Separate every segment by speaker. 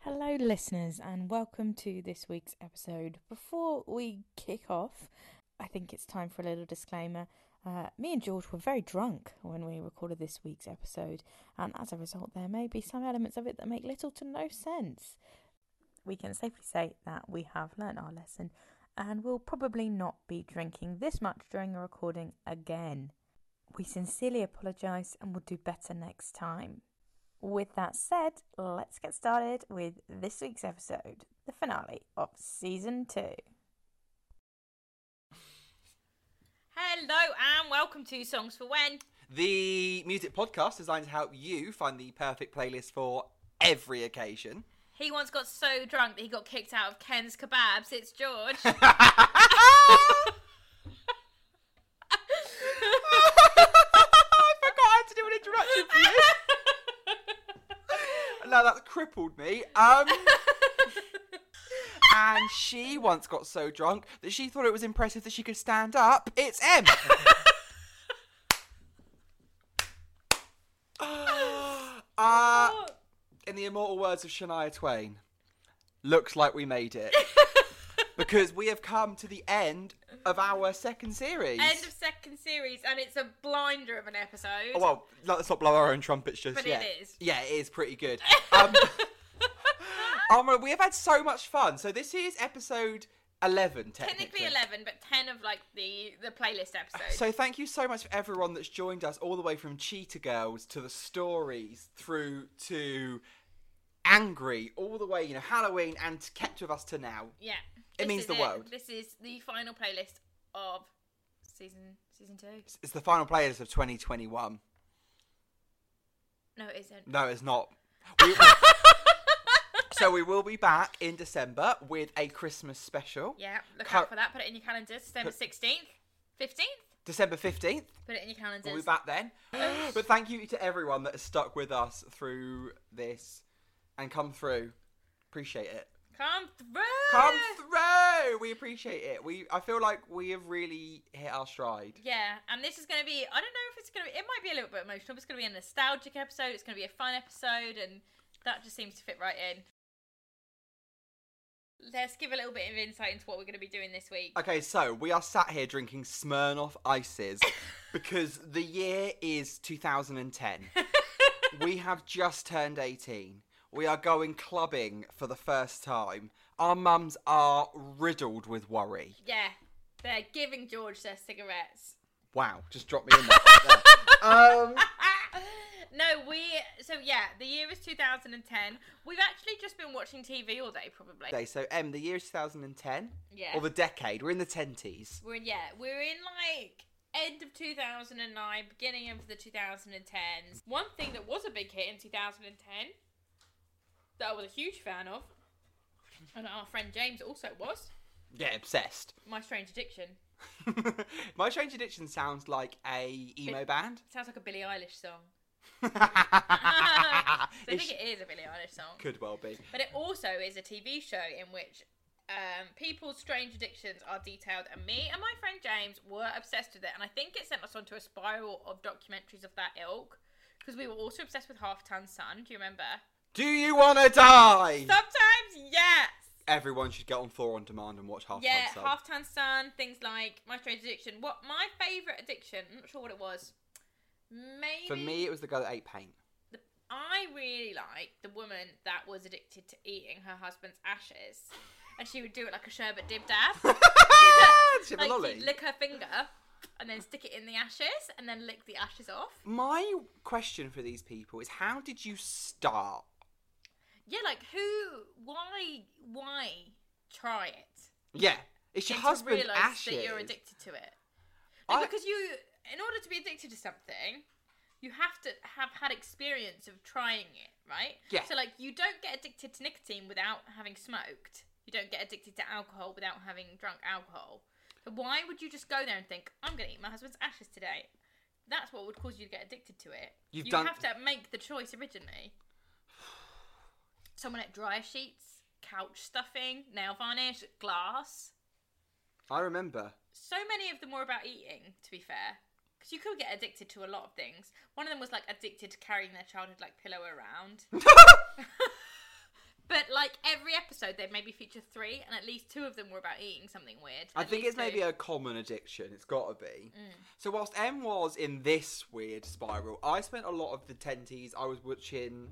Speaker 1: Hello, listeners, and welcome to this week's episode. Before we kick off, I think it's time for a little disclaimer. Uh, me and George were very drunk when we recorded this week's episode, and as a result, there may be some elements of it that make little to no sense. We can safely say that we have learnt our lesson and will probably not be drinking this much during a recording again. We sincerely apologise and will do better next time. With that said, let's get started with this week's episode, the finale of season two.
Speaker 2: Hello and welcome to Songs for When.
Speaker 3: The music podcast designed to help you find the perfect playlist for every occasion.
Speaker 2: He once got so drunk that he got kicked out of Ken's kebabs. It's George.
Speaker 3: I forgot I had to do an introduction for this. now that's crippled me. Um, and she once got so drunk that she thought it was impressive that she could stand up. It's Em. uh, in the immortal words of Shania Twain, looks like we made it. because we have come to the end of our second series.
Speaker 2: End of second series, and it's a blinder of an episode.
Speaker 3: Oh, well, let's not blow our own trumpets just
Speaker 2: But it
Speaker 3: yet.
Speaker 2: is.
Speaker 3: Yeah, it is pretty good. Um, Amra, we have had so much fun. So this is episode 11, technically.
Speaker 2: Technically eleven, but ten of like the the playlist episodes.
Speaker 3: So thank you so much for everyone that's joined us all the way from Cheetah Girls to the stories through to Angry, all the way, you know, Halloween and kept with us to now.
Speaker 2: yeah,
Speaker 3: It
Speaker 2: This
Speaker 3: means
Speaker 2: is
Speaker 3: the world.
Speaker 2: This is the final playlist of season season two.
Speaker 3: It's the final playlist of 2021.
Speaker 2: No, it isn't.
Speaker 3: No, it's not. We- so we will be back in December with a Christmas special.
Speaker 2: Yeah, look
Speaker 3: Car-
Speaker 2: out for that. Put it in your calendars. December sixteenth, fifteenth.
Speaker 3: December 15th.
Speaker 2: Put it in your calendars.
Speaker 3: We'll be back then. but thank you to everyone that has stuck with us through this and come through. Appreciate it.
Speaker 2: Come through.
Speaker 3: Come through! We appreciate it. We I feel like we have really hit our stride.
Speaker 2: Yeah, and this is going to be, I don't know if it's going to be, it might be a little bit emotional, but it's going to be a nostalgic episode, it's going to be a fun episode, and that just seems to fit right in. Let's give a little bit of insight into what we're going to be doing this week.
Speaker 3: Okay, so we are sat here drinking Smirnoff ices because the year is 2010. we have just turned 18. We are going clubbing for the first time. Our mums are riddled with worry.
Speaker 2: Yeah, they're giving George their cigarettes.
Speaker 3: Wow, just drop me in there. right there. um,
Speaker 2: Ah! no, we, so yeah, the year is 2010. We've actually just been watching TV all day, probably.
Speaker 3: okay, so M, the year is 2010.
Speaker 2: Yeah.
Speaker 3: Or the decade. We're in the 10s.
Speaker 2: We're in, yeah, we're in like end of 2009, beginning of the 2010s. One thing that was a big hit in 2010 that I was a huge fan of, and our friend James also was,
Speaker 3: Yeah, obsessed.
Speaker 2: My Strange Addiction.
Speaker 3: My Strange Addiction sounds like a emo band.
Speaker 2: Sounds like a Billie Eilish song. So I
Speaker 3: It
Speaker 2: think it is a Billie Eilish song.
Speaker 3: could well be.
Speaker 2: But it also is a TV show in which um, people's strange addictions are detailed, and me and my friend James were obsessed with it. And I think it sent us onto a spiral of documentaries of that ilk because we were also obsessed with Half Ton Sun. Do you remember?
Speaker 3: Do you wanna die?
Speaker 2: Sometimes, yes.
Speaker 3: Everyone should get on Thor on demand and watch Half Blood
Speaker 2: Yeah,
Speaker 3: Sun.
Speaker 2: Half Ton Sun, things like My Strange Addiction. What my favourite addiction, I'm not sure what it was. Maybe
Speaker 3: For me, it was the guy that ate paint.
Speaker 2: the, I really liked the woman that was addicted to eating her husband's ashes, and she would do it like a sherbet dib dab.
Speaker 3: Did she have a
Speaker 2: like
Speaker 3: lolly?
Speaker 2: she'd lick her finger and then stick it in the ashes and then lick the ashes off.
Speaker 3: My question for these people is how did you start?
Speaker 2: Yeah, like who? Why? Why try it?
Speaker 3: Yeah. It's your
Speaker 2: And
Speaker 3: husband's
Speaker 2: to realize
Speaker 3: ashes.
Speaker 2: that you're addicted to it. No,
Speaker 3: I-
Speaker 2: because you, in order to be addicted to something, you have to have had experience of trying it, right?
Speaker 3: Yeah.
Speaker 2: So like, you don't get addicted to nicotine without having smoked. You don't get addicted to alcohol without having drunk alcohol. So why would you just go there and think, I'm gonna eat my husband's ashes today? That's what would cause you to get addicted to it.
Speaker 3: You've
Speaker 2: you
Speaker 3: done-
Speaker 2: have to make the choice originally. Someone at dryer sheets, couch stuffing, nail varnish, glass
Speaker 3: I remember.
Speaker 2: so many of them were about eating, to be fair. Because you could get addicted to a lot of things. One of them was like addicted to carrying their childhood like pillow around. but like like every episode, they'd maybe feature three, and at least two of them were about eating something weird.
Speaker 3: I
Speaker 2: At
Speaker 3: think
Speaker 2: least Mm.
Speaker 3: it's maybe
Speaker 2: two.
Speaker 3: a common addiction. It's got to be. So whilst M was in this weird spiral, I spent a lot of the tenties. I was watching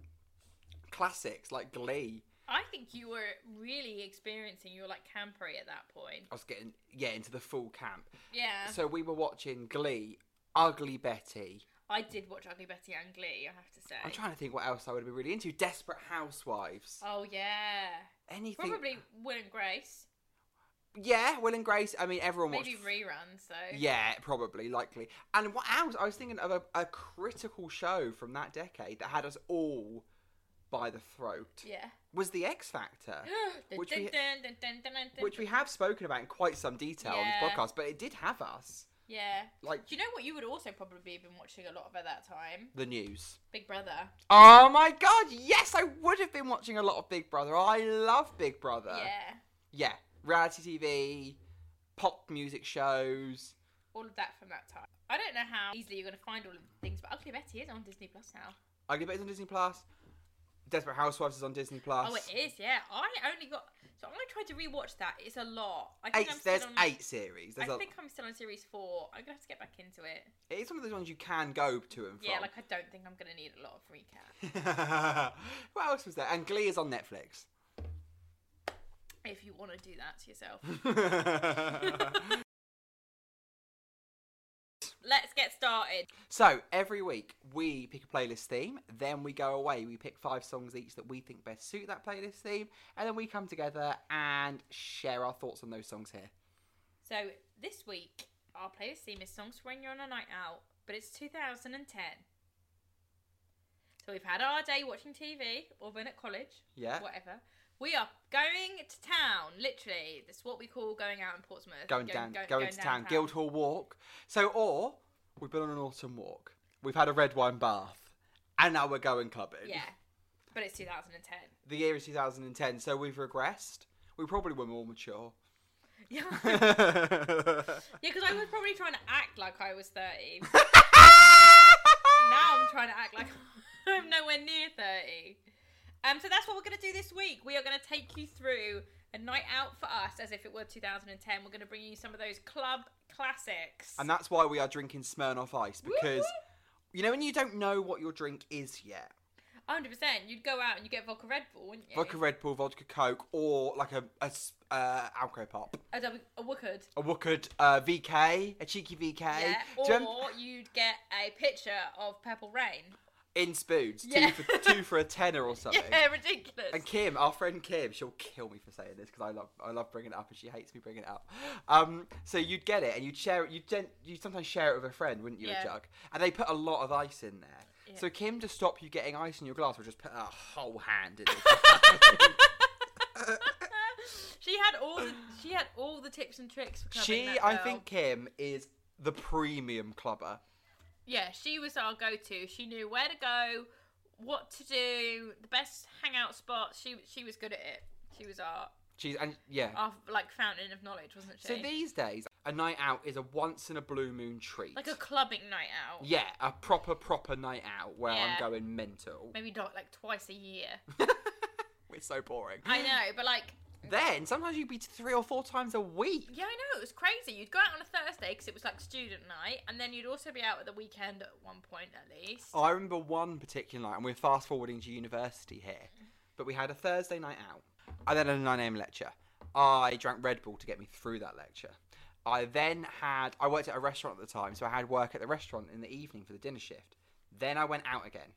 Speaker 3: classics like Glee.
Speaker 2: I think you were really experiencing your like campery at that point.
Speaker 3: I was getting yeah into the full camp.
Speaker 2: Yeah,
Speaker 3: So we were watching Glee, Ugly Betty.
Speaker 2: I did watch Ugly Betty and Glee. I have to say.
Speaker 3: I'm trying to think what else I would be really into. Desperate Housewives.
Speaker 2: Oh yeah,
Speaker 3: Anything?
Speaker 2: probably Will and Grace.
Speaker 3: Yeah, Will and Grace. I mean, everyone
Speaker 2: Maybe
Speaker 3: watched.
Speaker 2: reruns though.
Speaker 3: yeah, probably, likely. And what else? I was thinking of a, a critical show from that decade that had us all by the throat.
Speaker 2: Yeah.
Speaker 3: Was the X Factor,
Speaker 2: Dun,
Speaker 3: Which
Speaker 2: dun,
Speaker 3: we-
Speaker 2: dun, dun, dun, dun, dun,
Speaker 3: which we have spoken about in quite some detail on
Speaker 2: Yeah.
Speaker 3: this podcast, but it did have us
Speaker 2: Yeah.
Speaker 3: like
Speaker 2: Do you know what you would also probably have been watching a lot of at that time?
Speaker 3: the news.
Speaker 2: Big Brother.
Speaker 3: Oh my god, yes, I would have been watching a lot of Big Brother. I love Big Brother.
Speaker 2: yeah.
Speaker 3: yeah, reality TV, pop music shows.
Speaker 2: All of that from that time. I don't know how easily you're going to find all of the things, but Ugly Betty is on Disney Plus now.
Speaker 3: Ugly Betty's on Disney Plus. Desperate Housewives is on Disney Plus.
Speaker 2: Oh, it is. Yeah. I only got. So I tried to rewatch that. It's a lot. I think
Speaker 3: Eight,
Speaker 2: I'm still
Speaker 3: there's
Speaker 2: on,
Speaker 3: eight series. There's
Speaker 2: I
Speaker 3: a,
Speaker 2: think I'm still on series four. I'm gonna have to get back into it.
Speaker 3: it's one of those ones you can go to and from.
Speaker 2: Yeah, like I don't think I'm gonna need a lot of recap.
Speaker 3: what else was there? And Glee is on Netflix.
Speaker 2: if you want to do that to yourself. Let's get started.
Speaker 3: so every week we pick a playlist theme, then we go away. We pick five songs each that we think best suit that playlist theme, and then we come together and share our thoughts on those songs here.
Speaker 2: So this week our playlist theme is songs for when you're on a night out, but it's 2010. So we've had our day watching TV or been at college,
Speaker 3: Yeah.
Speaker 2: whatever. We are going to town, literally. That's what we call going out in Portsmouth.
Speaker 3: going down,
Speaker 2: go-
Speaker 3: going, to town, Guildhall Walk. So, or we've been on an autumn walk. We've had a red wine bath, and now we're going clubbing.
Speaker 2: Yeah, but it's 2010.
Speaker 3: The year is 2010, so we've regressed. We probably were more mature.
Speaker 2: Yeah.
Speaker 3: now
Speaker 2: Yeah, because I was probably trying to act like I was 30. now I'm trying to act like I'm nowhere near 30. Um, so that's what we're going to do this week. We are going to take you through a night out for us as if it were 2010. We're going to bring you some of those club classics.
Speaker 3: And that's why we are drinking Smirnoff Ice because you know when you don't know what your drink is yet.
Speaker 2: 100%. You'd go out and you get vodka Red Bull, wouldn't you?
Speaker 3: Vodka Red Bull, vodka Coke, or like a, a s- uh, Alco Pop,
Speaker 2: A, double- a Wookard.
Speaker 3: a Wookard uh, VK, a cheeky VK.
Speaker 2: Yeah.
Speaker 3: Do you rem-
Speaker 2: Or you'd get a picture of Purple Rain.
Speaker 3: in spoons,
Speaker 2: Yeah.
Speaker 3: two, for, two for a tenner or something.
Speaker 2: Yeah, ridiculous.
Speaker 3: And Kim, our friend Kim, she'll kill me for saying this because I love I love bringing it up and she hates me bringing it up. Um, so you'd get it and you'd share it. You would you sometimes share it with a friend, wouldn't you,
Speaker 2: Yeah.
Speaker 3: a jug? And they put a lot of ice in there.
Speaker 2: Yeah.
Speaker 3: So Kim, to stop you getting ice in your glass, would just put a whole hand in it.
Speaker 2: she had all the she had all the tips and tricks for clubbing.
Speaker 3: she,
Speaker 2: that
Speaker 3: I
Speaker 2: girl.
Speaker 3: think, Kim is the premium clubber.
Speaker 2: Yeah, she was our go-to. She knew where to go, what to do, the best hangout spots. She she was good at it. She was our
Speaker 3: She's and yeah.
Speaker 2: our like fountain of knowledge, wasn't she?
Speaker 3: so these days, a night out is a once in a blue moon treat.
Speaker 2: like a clubbing night out.
Speaker 3: yeah, a proper proper night out where
Speaker 2: Yeah.
Speaker 3: I'm going mental.
Speaker 2: Maybe not like twice a year.
Speaker 3: We're so boring.
Speaker 2: I know, but like
Speaker 3: Then sometimes you'd be three or four times a week.
Speaker 2: yeah, I know it was crazy. You'd go out on a Thursday because it was like student night, and then you'd also be out at the weekend at one point at least.
Speaker 3: Oh, I remember one particular night, and we're fast forwarding to university here, but we had a Thursday night out. I then had a 9 a.m. lecture. I drank Red Bull to get me through that lecture. I then had, I worked at a restaurant at the time, so I had work at the restaurant in the evening for the dinner shift. Then I went out again.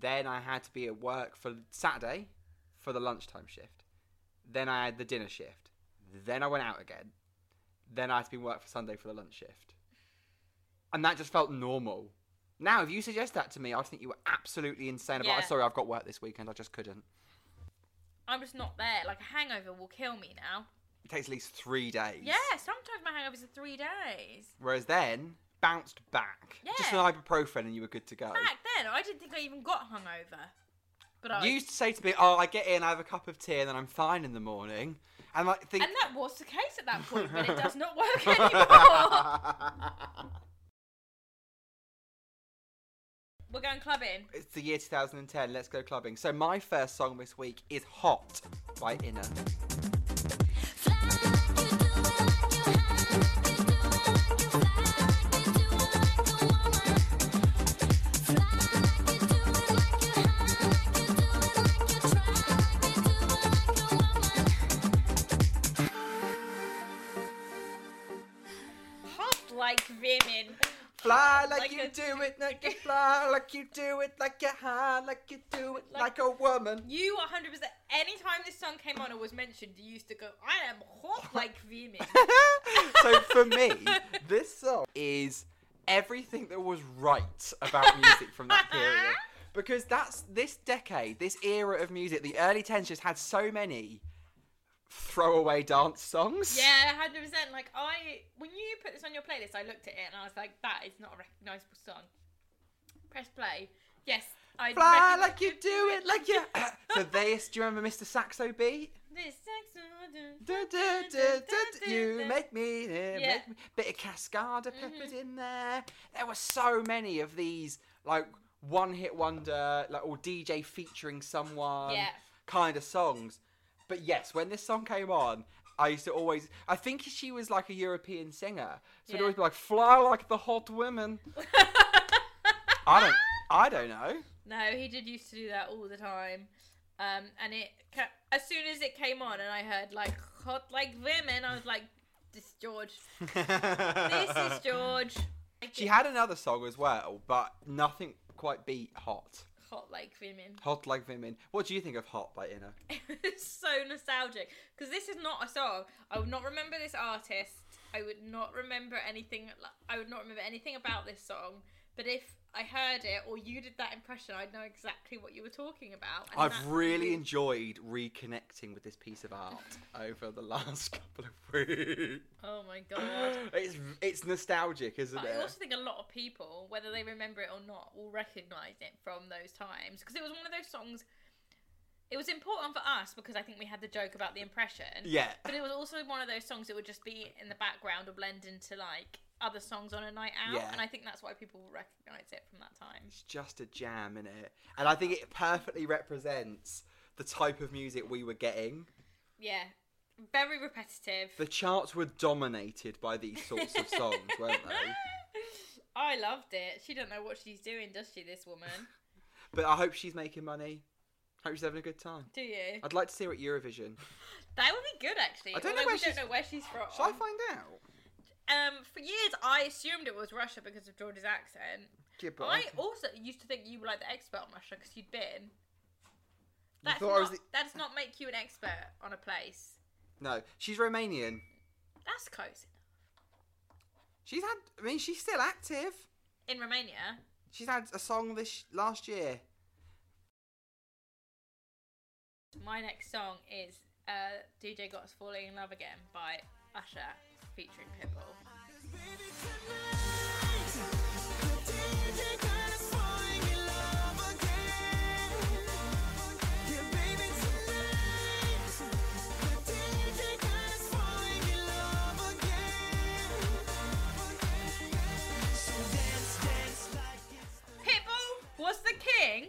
Speaker 3: Then I had to be at work for Saturday for the lunchtime shift. Then I had the dinner shift. Then I went out again. Then I had to be in work for Sunday for the lunch shift. And that just felt normal. Now, if you suggest that to me, I'd think you were absolutely insane. About,
Speaker 2: Yeah.
Speaker 3: sorry, I've got work this weekend. I just couldn't.
Speaker 2: I'm just not there. Like a hangover will kill me now.
Speaker 3: It takes at least three days.
Speaker 2: Yeah, sometimes my hangovers are three days.
Speaker 3: Whereas then, bounced back. Just an
Speaker 2: Yeah.
Speaker 3: ibuprofen and you were good to go.
Speaker 2: Back then, I didn't think I even got hungover. But I
Speaker 3: You used to say to me, oh, I get in, I have a cup of tea, and then I'm fine in the morning. And I think...
Speaker 2: and that was the case at that point, but it does not work anymore. We're going clubbing.
Speaker 3: It's the year 2010. Let's go clubbing. So my first song this week is "Hot" by Inner.
Speaker 2: Hot like women.
Speaker 3: Fly like,
Speaker 2: Like
Speaker 3: you
Speaker 2: a-
Speaker 3: do it, like you fly, like you do it, like you high, like you do it,
Speaker 2: Like-
Speaker 3: like, a woman.
Speaker 2: You 100%. Anytime this song came on or was mentioned, you used to go, I am hot like women.
Speaker 3: so for me, this song is everything that was right about music from that period. Because that's this decade, this era of music, the early 10s just had so many throwaway dance songs.
Speaker 2: Yeah, hundred percent. Like I, when you put this on your playlist, I looked at it and I was like, "That is not a recognizable song." Press play. Yes, I
Speaker 3: Fly
Speaker 2: recognise
Speaker 3: like you do it, like you. so this, do you remember Mr. Saxo beat?
Speaker 2: This sex. order.
Speaker 3: Du- du- du- du- du- You make me, yeah. Mm-hmm.
Speaker 2: Yeah.
Speaker 3: make me. Bit of Cascada peppered in there. There were so many of these, like one hit wonder, like or DJ featuring someone
Speaker 2: Yeah.
Speaker 3: kind of songs. But yes, when this song came on, I used to always. I think she was like a European singer, so
Speaker 2: Yeah.
Speaker 3: it'd always be like "Fly like the hot women." I don't. I don't know.
Speaker 2: No, he did used to do that all the time. Um, and it ca- as soon as it came on and I heard like hot like women, I was like, "This is George. This is George."
Speaker 3: She had another song as well, but nothing quite beat "Hot."
Speaker 2: hot like women.
Speaker 3: Hot like women. What do you think of Hot by Inner?
Speaker 2: It's so nostalgic because this is not a song. I would not remember this artist. I would not remember anything. I would not remember anything about this song. But if I heard it or you did that impression, I'd know exactly what you were talking about. and
Speaker 3: I've
Speaker 2: that's
Speaker 3: really
Speaker 2: really-
Speaker 3: enjoyed reconnecting with this piece of art over the last couple of weeks.
Speaker 2: Oh my god.
Speaker 3: It's it's nostalgic, isn't
Speaker 2: But
Speaker 3: it?
Speaker 2: I also think a lot of people, whether they remember it or not, will recognise it from those times because it was one of those songs. It was important for us because I think we had the joke about the impression.
Speaker 3: Yeah.
Speaker 2: But it was also one of those songs that would just be in the background or blend into like other songs on a night out,
Speaker 3: Yeah.
Speaker 2: and I think that's why people will recognise it from that time.
Speaker 3: It's just a jam in it. And I think it perfectly represents the type of music we were getting.
Speaker 2: Yeah, very repetitive.
Speaker 3: The charts were dominated by these sorts of songs, weren't they?
Speaker 2: I loved it. She don't know what she's doing, does she? This woman,
Speaker 3: But I hope she's making money. Hope she's having a good time.
Speaker 2: do you?
Speaker 3: I'd like to see her at Eurovision.
Speaker 2: That would be good, actually.
Speaker 3: I don't know
Speaker 2: although
Speaker 3: where
Speaker 2: we
Speaker 3: she's-
Speaker 2: don't know where she's from.
Speaker 3: Shall I find out?
Speaker 2: um, for years, I assumed it was Russia because of George's accent.
Speaker 3: Yeah, but
Speaker 2: I
Speaker 3: I-
Speaker 2: also used to think you were like the expert on Russia because you'd been.
Speaker 3: You
Speaker 2: That's
Speaker 3: thought
Speaker 2: not,
Speaker 3: I was the-
Speaker 2: that does not make you an expert on a place.
Speaker 3: No, she's Romanian.
Speaker 2: That's close.
Speaker 3: She's had. I mean, she's still active.
Speaker 2: In Romania.
Speaker 3: She's had a song this last year.
Speaker 2: My next song is uh, DJ Got Us Falling in Love Again by Usher featuring Pitbull. Pitbull was the king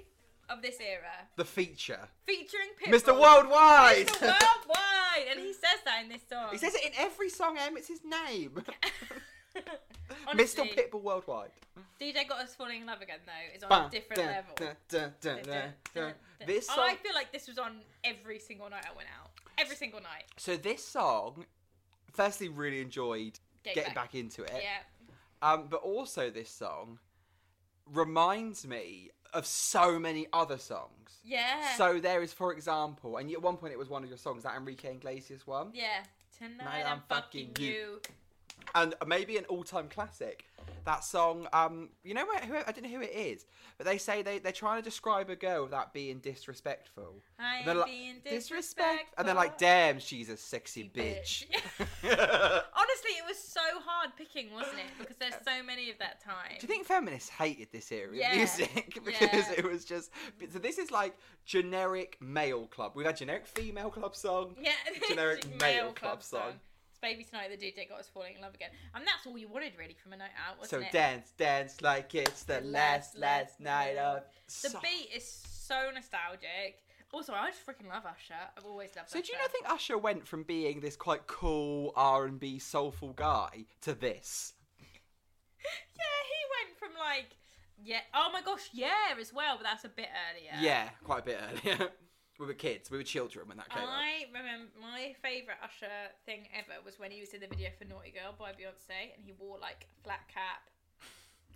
Speaker 2: of this era,
Speaker 3: The feature.
Speaker 2: featuring Pitbull.
Speaker 3: Mr. Worldwide!
Speaker 2: Mr. Worldwide! And he says that in this song.
Speaker 3: he says it in every song, Em. It's his name.
Speaker 2: Honestly,
Speaker 3: Mr. Pitbull Worldwide.
Speaker 2: DJ Got Us Falling in Love Again, though, is on a
Speaker 3: Bun,
Speaker 2: different
Speaker 3: dun,
Speaker 2: level.
Speaker 3: dun, dun, dun, dun, dun. This
Speaker 2: Oh, I
Speaker 3: song.
Speaker 2: feel like this was on every single night I went out. Every single night.
Speaker 3: So this song, firstly, really enjoyed
Speaker 2: Get
Speaker 3: getting back into it.
Speaker 2: Yeah.
Speaker 3: Um, but also this song reminds me of so many other songs.
Speaker 2: Yeah.
Speaker 3: So there is, for example, and at one point it was one of your songs, that Enrique Iglesias one,
Speaker 2: yeah. Tonight
Speaker 3: Night
Speaker 2: I'm,
Speaker 3: I'm
Speaker 2: fucking
Speaker 3: fucking
Speaker 2: you.
Speaker 3: you. and maybe an all-time classic. That song, um, you know, where, who, I don't know who it is, but they say they they're trying to describe a girl without being disrespectful.
Speaker 2: I
Speaker 3: They're
Speaker 2: am
Speaker 3: like,
Speaker 2: being
Speaker 3: disrespect,
Speaker 2: disrespectful.
Speaker 3: and they're like, "Damn, she's a sexy bitch."
Speaker 2: bitch. Honestly, it was so hard picking, wasn't it? Because there's so many of that time.
Speaker 3: Do you think feminists hated this era
Speaker 2: Yeah.
Speaker 3: of music because
Speaker 2: Yeah.
Speaker 3: it was just? So this is like generic male club. We've had generic female club song.
Speaker 2: Yeah.
Speaker 3: generic male club song.
Speaker 2: It's It's Baby Tonight, the dude that got us falling in love again. And that's all you wanted, really, from a night out,
Speaker 3: so
Speaker 2: wasn't it?
Speaker 3: dance, dance like it's the last, last night of.
Speaker 2: The
Speaker 3: So-
Speaker 2: beat is so nostalgic. Also, I just freaking love Usher. I've always loved
Speaker 3: So
Speaker 2: Usher.
Speaker 3: do you not think Usher went from being this quite cool R and B soulful guy to this?
Speaker 2: Yeah, he went from like, yeah, oh my gosh, yeah, as well, but that's a bit earlier.
Speaker 3: Yeah, quite a bit earlier. we were kids, we were children when that came out.
Speaker 2: I remember my favourite Usher thing ever was when he was in the video for Naughty Girl by Beyonce and he wore like a flat cap,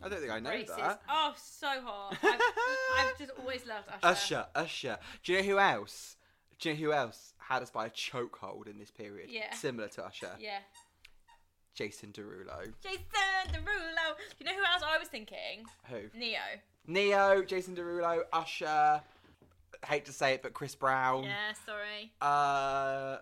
Speaker 3: I don't think I know
Speaker 2: braces.
Speaker 3: that.
Speaker 2: Oh, so hot. I've, I've just always loved Usher.
Speaker 3: Usher, Usher. Do you know who else? Do you know who else had us by a chokehold in this period?
Speaker 2: Yeah.
Speaker 3: Similar to Usher,
Speaker 2: Yeah.
Speaker 3: Jason Derulo.
Speaker 2: Jason Derulo. You know who else I was thinking?
Speaker 3: Who?
Speaker 2: Neo.
Speaker 3: Neo, Jason Derulo, Usher. Hate to say it, but Chris Brown.
Speaker 2: Yeah, sorry.
Speaker 3: Uh,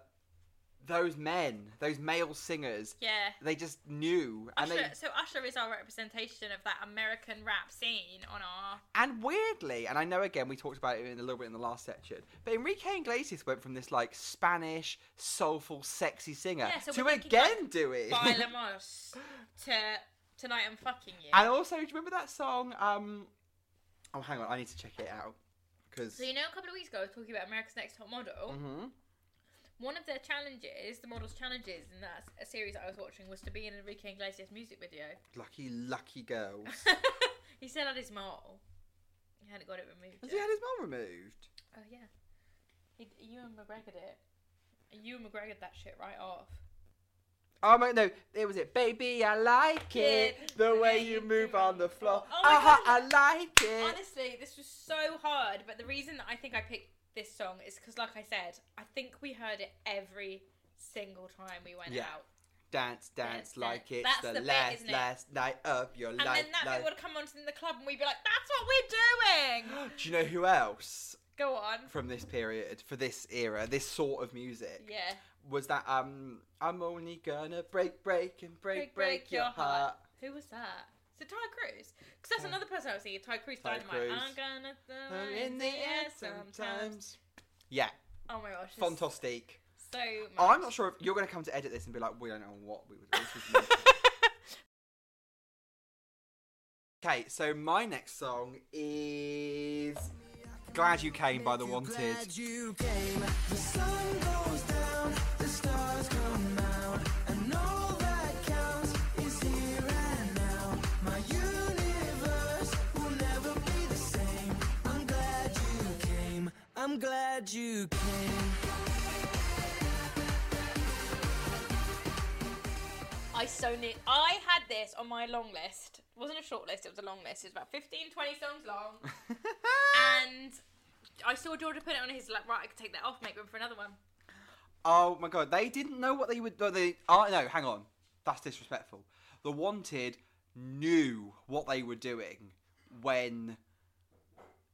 Speaker 3: those men, those male singers,
Speaker 2: Yeah.
Speaker 3: they just knew, and
Speaker 2: Usher,
Speaker 3: they
Speaker 2: so Usher is our representation of that American rap scene on our
Speaker 3: And weirdly, and I know again we talked about it in a little bit in the last section, but Enrique Iglesias went from this like Spanish soulful sexy singer
Speaker 2: Yeah, so
Speaker 3: to
Speaker 2: we're thinking,
Speaker 3: again doing.
Speaker 2: Bailamos to Tonight I'm Fucking You.
Speaker 3: and also, do you remember that song? Um, oh, hang on, I need to check it out because.
Speaker 2: So you know, a couple of weeks ago, I was talking about America's Next Top Model.
Speaker 3: hmm
Speaker 2: One of their challenges, the models' challenges in that s- a series that I was watching, was to be in Enrique Iglesias' music video.
Speaker 3: Lucky, lucky girls.
Speaker 2: he still had his mole. He hadn't got it removed.
Speaker 3: Has he
Speaker 2: yet.
Speaker 3: had his mum removed?
Speaker 2: Oh yeah. He, Ewan McGregor did it. Ewan McGregor that shit right off.
Speaker 3: Oh my no! It was it, baby. I like it the way you move on the floor.
Speaker 2: Oh my
Speaker 3: Ah,
Speaker 2: God.
Speaker 3: I like it.
Speaker 2: Honestly, this was so hard, but the reason that I think I picked this song is because, like I said, I think we heard it every single time we went
Speaker 3: Yeah.
Speaker 2: out.
Speaker 3: Dance, dance
Speaker 2: Dance,
Speaker 3: like
Speaker 2: dance.
Speaker 3: it's
Speaker 2: That's
Speaker 3: the,
Speaker 2: the bit,
Speaker 3: last,
Speaker 2: isn't it?
Speaker 3: last night of your
Speaker 2: And
Speaker 3: life.
Speaker 2: then that
Speaker 3: life.
Speaker 2: bit would come on in the club and we'd be like, that's what we're doing!
Speaker 3: Do you know who else
Speaker 2: Go on.
Speaker 3: from this period, for this era, this sort of music
Speaker 2: Yeah.
Speaker 3: was that um I'm only gonna break, break and break, break, your, heart.
Speaker 2: Who was that? Is it Ty Cruz? Because that's
Speaker 3: Ty-
Speaker 2: another person I was thinking, Ty Cruz,
Speaker 3: Ty
Speaker 2: Dynamite.
Speaker 3: Cruz.
Speaker 2: I'm gonna throw
Speaker 3: I'm
Speaker 2: it
Speaker 3: in the air sometimes. Yeah,
Speaker 2: Oh my gosh. it's
Speaker 3: fantastic.
Speaker 2: So much.
Speaker 3: Oh, I'm not sure if you're gonna come to edit this and be like, we don't know what we would. This was okay, so my next song is "Glad You Came" by The Wanted.
Speaker 4: Glad you came. The sun goes down, the stars come out, and all that counts is here and now. My universe will never be the same. I'm glad you came. I'm glad you came.
Speaker 2: I so need. I had this on my long list. It wasn't a short list, it was a long list. It was about 15, 20 songs long. and I saw Georgia put it on his, like, right, I could take that off, make room for another one.
Speaker 3: Oh my god, they didn't know what they would. oh, They, oh no, hang on, that's disrespectful. The Wanted knew what they were doing when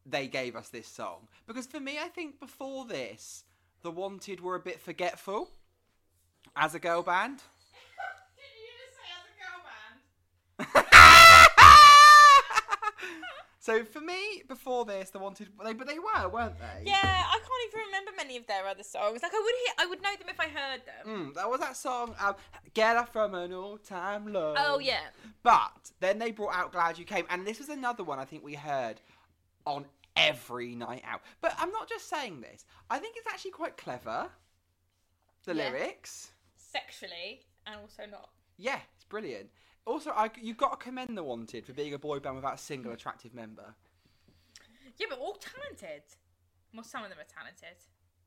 Speaker 3: they gave us this song because for me, I think before this, The Wanted were a bit forgetful as a girl band.
Speaker 2: Did you just say as a girl band?
Speaker 3: so for me, before this, The Wanted, they, but they were, weren't they?
Speaker 2: Yeah, I can't even remember many of their other songs. Like I would hear, I would know them if I heard them.
Speaker 3: Mm, that was that song, um, "Get Up From an All-Time Low."
Speaker 2: Oh yeah,
Speaker 3: But then they brought out Glad You Came, and this was another one I think we heard on every night out. But I'm not just saying this, I think it's actually quite clever. The
Speaker 2: Yeah.
Speaker 3: lyrics.
Speaker 2: sexually and also not.
Speaker 3: Yeah, it's brilliant. Also, I, you've got to commend The Wanted for being a boy band without a single attractive member.
Speaker 2: Yeah, but all talented. Well, some of them are talented.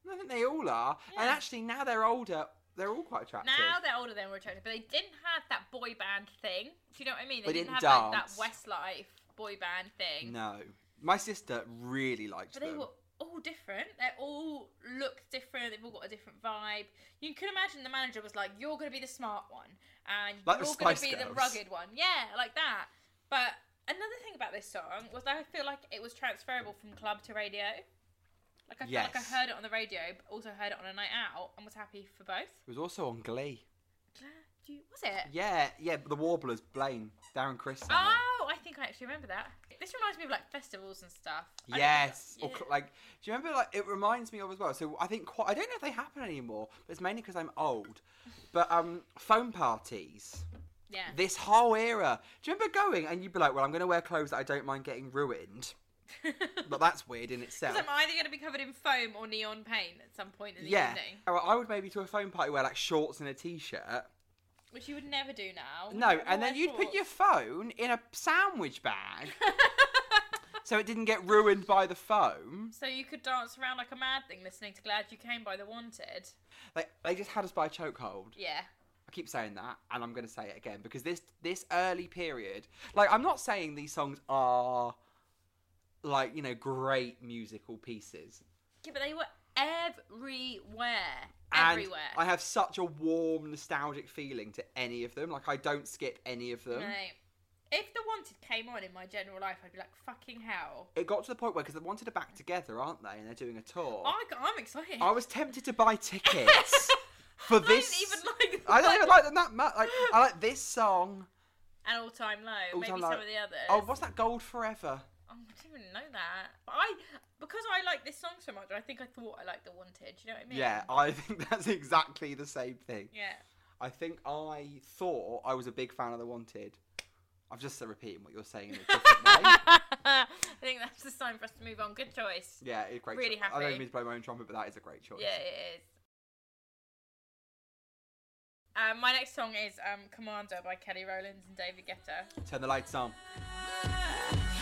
Speaker 3: I think they all are. And
Speaker 2: Yeah.
Speaker 3: actually, now they're older, they're all quite attractive.
Speaker 2: Now they're older than we're attracted, but they didn't have that boy band thing. Do you know what I mean? They
Speaker 3: They
Speaker 2: didn't,
Speaker 3: didn't
Speaker 2: have like, that
Speaker 3: dance.
Speaker 2: Westlife boy band thing.
Speaker 3: No. My sister really liked
Speaker 2: But they
Speaker 3: them.
Speaker 2: were all different. They all looked different. They've all got a different vibe. You can imagine the manager was like, "You're going to be the smart one, and
Speaker 3: Like the
Speaker 2: you're going to
Speaker 3: Spice
Speaker 2: be the
Speaker 3: Girls.
Speaker 2: rugged one." Yeah, like that. But another thing about this song was that I feel like it was transferable from club to radio. Like I felt like I
Speaker 3: Yes.
Speaker 2: heard it on the radio, but also heard it on a night out, and was happy for both.
Speaker 3: It was also on Glee.
Speaker 2: Glad you was it?
Speaker 3: Yeah, yeah, The Warblers, Blaine, Darren Chris. sang it.
Speaker 2: Oh, I think think I actually remember that. This reminds me of like festivals and stuff. I don't
Speaker 3: Yes,
Speaker 2: think-
Speaker 3: or
Speaker 2: yeah.
Speaker 3: cl- like, do you remember? Like, it reminds me of as well. So I think quite. I don't know if they happen anymore, but it's mainly because I'm old. But um, phone parties.
Speaker 2: yeah.
Speaker 3: This whole era. Do you remember going and you'd be like, "Well, I'm going to wear clothes that I don't mind getting ruined," but that's weird in itself.
Speaker 2: Because I'm either going to be covered in foam or neon paint at some point in the
Speaker 3: yeah,
Speaker 2: evening,
Speaker 3: Oh, I would maybe to a phone party wear like shorts and a t-shirt.
Speaker 2: which you would never do now.
Speaker 3: No,
Speaker 2: You
Speaker 3: and
Speaker 2: wear
Speaker 3: then you'd put
Speaker 2: Oh, shorts.
Speaker 3: your phone in a sandwich bag, so it didn't get ruined by the foam.
Speaker 2: So you could dance around like a mad thing, listening to "Glad You Came" by The Wanted.
Speaker 3: They they just had us by a chokehold.
Speaker 2: Yeah.
Speaker 3: I keep saying that, and I'm going to say it again because this this early period, like I'm not saying these songs are like you know great musical pieces.
Speaker 2: Yeah, but they were everywhere.
Speaker 3: And
Speaker 2: Everywhere.
Speaker 3: I have such a warm nostalgic feeling to any of them. Like I don't skip any of them.
Speaker 2: Mate, If The Wanted came on in my general life, I'd be like, fucking hell.
Speaker 3: It got to the point where because they wanted to back together, aren't they? And they're doing a tour.
Speaker 2: I, am excited.
Speaker 3: Oh. I was tempted to buy tickets for this.
Speaker 2: I don't even like
Speaker 3: I don't even like them that much. Like, I like this song.
Speaker 2: An all time low.
Speaker 3: All
Speaker 2: maybe
Speaker 3: Time
Speaker 2: some
Speaker 3: Low.
Speaker 2: of the others.
Speaker 3: Oh, what's that? Gold Forever.
Speaker 2: Oh, I didn't even know that. But I, because I like this song so much, I think I thought I liked The Wanted. You know what I mean?
Speaker 3: Yeah, I think that's exactly the same thing.
Speaker 2: Yeah.
Speaker 3: I think I thought I was a big fan of The Wanted. I'm just repeating what you're saying in a different way.
Speaker 2: I think that's the sign for us to move on. Good choice.
Speaker 3: Yeah, it's a great.
Speaker 2: Really
Speaker 3: cho- I
Speaker 2: happy.
Speaker 3: don't mean to blow my own trumpet, but that is a great choice.
Speaker 2: Yeah, it is. Um, my next song is um, Commando by Kelly Rowlands and David Guetta.
Speaker 3: Turn the lights on.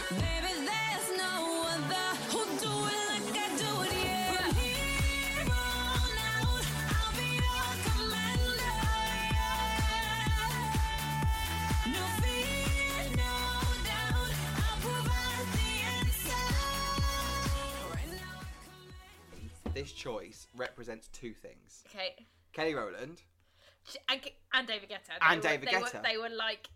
Speaker 5: Baby, there's no other who do it like I do it. Yeah. From here on out, I'll be your commander. Yeah. No fear, no doubt, I'll provide the answer. Right now, I command.
Speaker 3: This choice represents two things:
Speaker 2: Okay.
Speaker 3: Kelly Rowland.
Speaker 2: Sh- And, K- and David Guetta.
Speaker 3: And
Speaker 2: were-
Speaker 3: David
Speaker 2: they Were,
Speaker 3: Guetta.
Speaker 2: they were like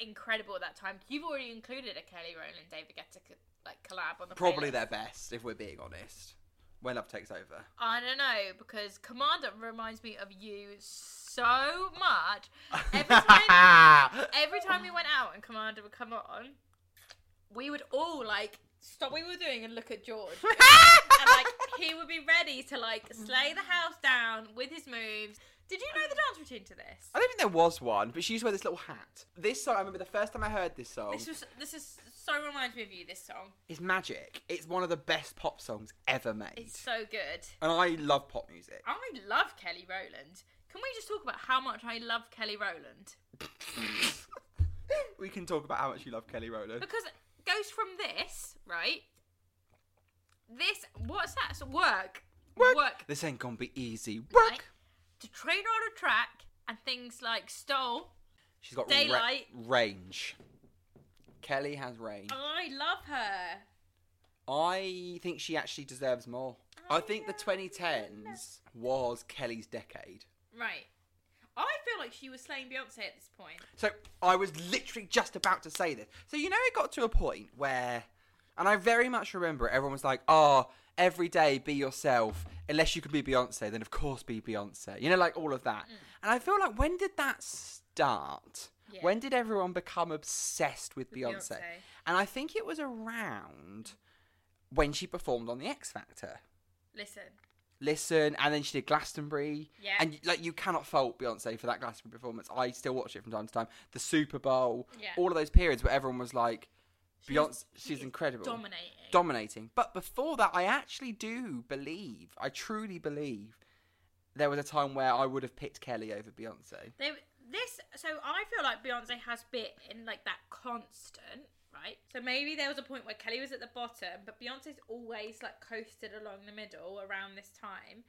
Speaker 2: incredible at that time. You've already included a Kelly Rowland David Guetta co- like collab on the
Speaker 3: Probably
Speaker 2: playlist.
Speaker 3: their best, if we're being honest. When love takes over.
Speaker 2: I don't know because Commander reminds me of you so much. Every time, every time we went out and Commander would come on, we would all like stop what we were doing and look at George, and like he would be ready to like slay the house down with his moves. Did you know the dance routine to this?
Speaker 3: I don't think there was one, but she used to wear this little hat. This song, I remember the first time I heard this song,
Speaker 2: This was this is so reminds me of you. This song,
Speaker 3: it's magic. It's one of the best pop songs ever made.
Speaker 2: it's so good.
Speaker 3: and I love pop music.
Speaker 2: I love Kelly Rowland. Can we just talk about how much I love Kelly Rowland?
Speaker 3: we can talk about how much you love Kelly Rowland.
Speaker 2: Because it goes from this, right? This, what's that? So work. Work.
Speaker 3: This ain't gonna be easy. Work.
Speaker 2: right? To train on a track and things like stole.
Speaker 3: She's got
Speaker 2: Daylight.
Speaker 3: range. Kelly has range.
Speaker 2: I love her.
Speaker 3: I think she actually deserves more. I think the 2010s was Kelly's decade.
Speaker 2: Right. I feel like she was slaying Beyonce at this point.
Speaker 3: So I was literally just about to say this. So you know, it got to a point where, and I very much remember it, everyone was like, "Oh, every day be yourself. Unless you can be Beyonce, then of course be Beyonce." You know, like all of that. And I feel like when did that start?
Speaker 2: Yeah.
Speaker 3: When did everyone become obsessed with Beyonce?
Speaker 2: Beyonce.
Speaker 3: And I think it was around when she performed on the X Factor.
Speaker 2: Listen.
Speaker 3: Listen, and then she did Glastonbury.
Speaker 2: Yeah.
Speaker 3: And like you cannot fault Beyonce for that Glastonbury performance. I still watch it from time to time. The Super Bowl,
Speaker 2: Yeah.
Speaker 3: all of those periods where everyone was like, Beyonce,
Speaker 2: she
Speaker 3: she's
Speaker 2: is
Speaker 3: incredible,
Speaker 2: Dominating.
Speaker 3: dominating. But before that, I actually do believe, I truly believe, there was a time where I would have picked Kelly over Beyonce.
Speaker 2: They, this so I feel like Beyonce has been like that constant, right? So maybe there was a point where Kelly was at the bottom, but Beyonce's always like coasted along the middle around this time,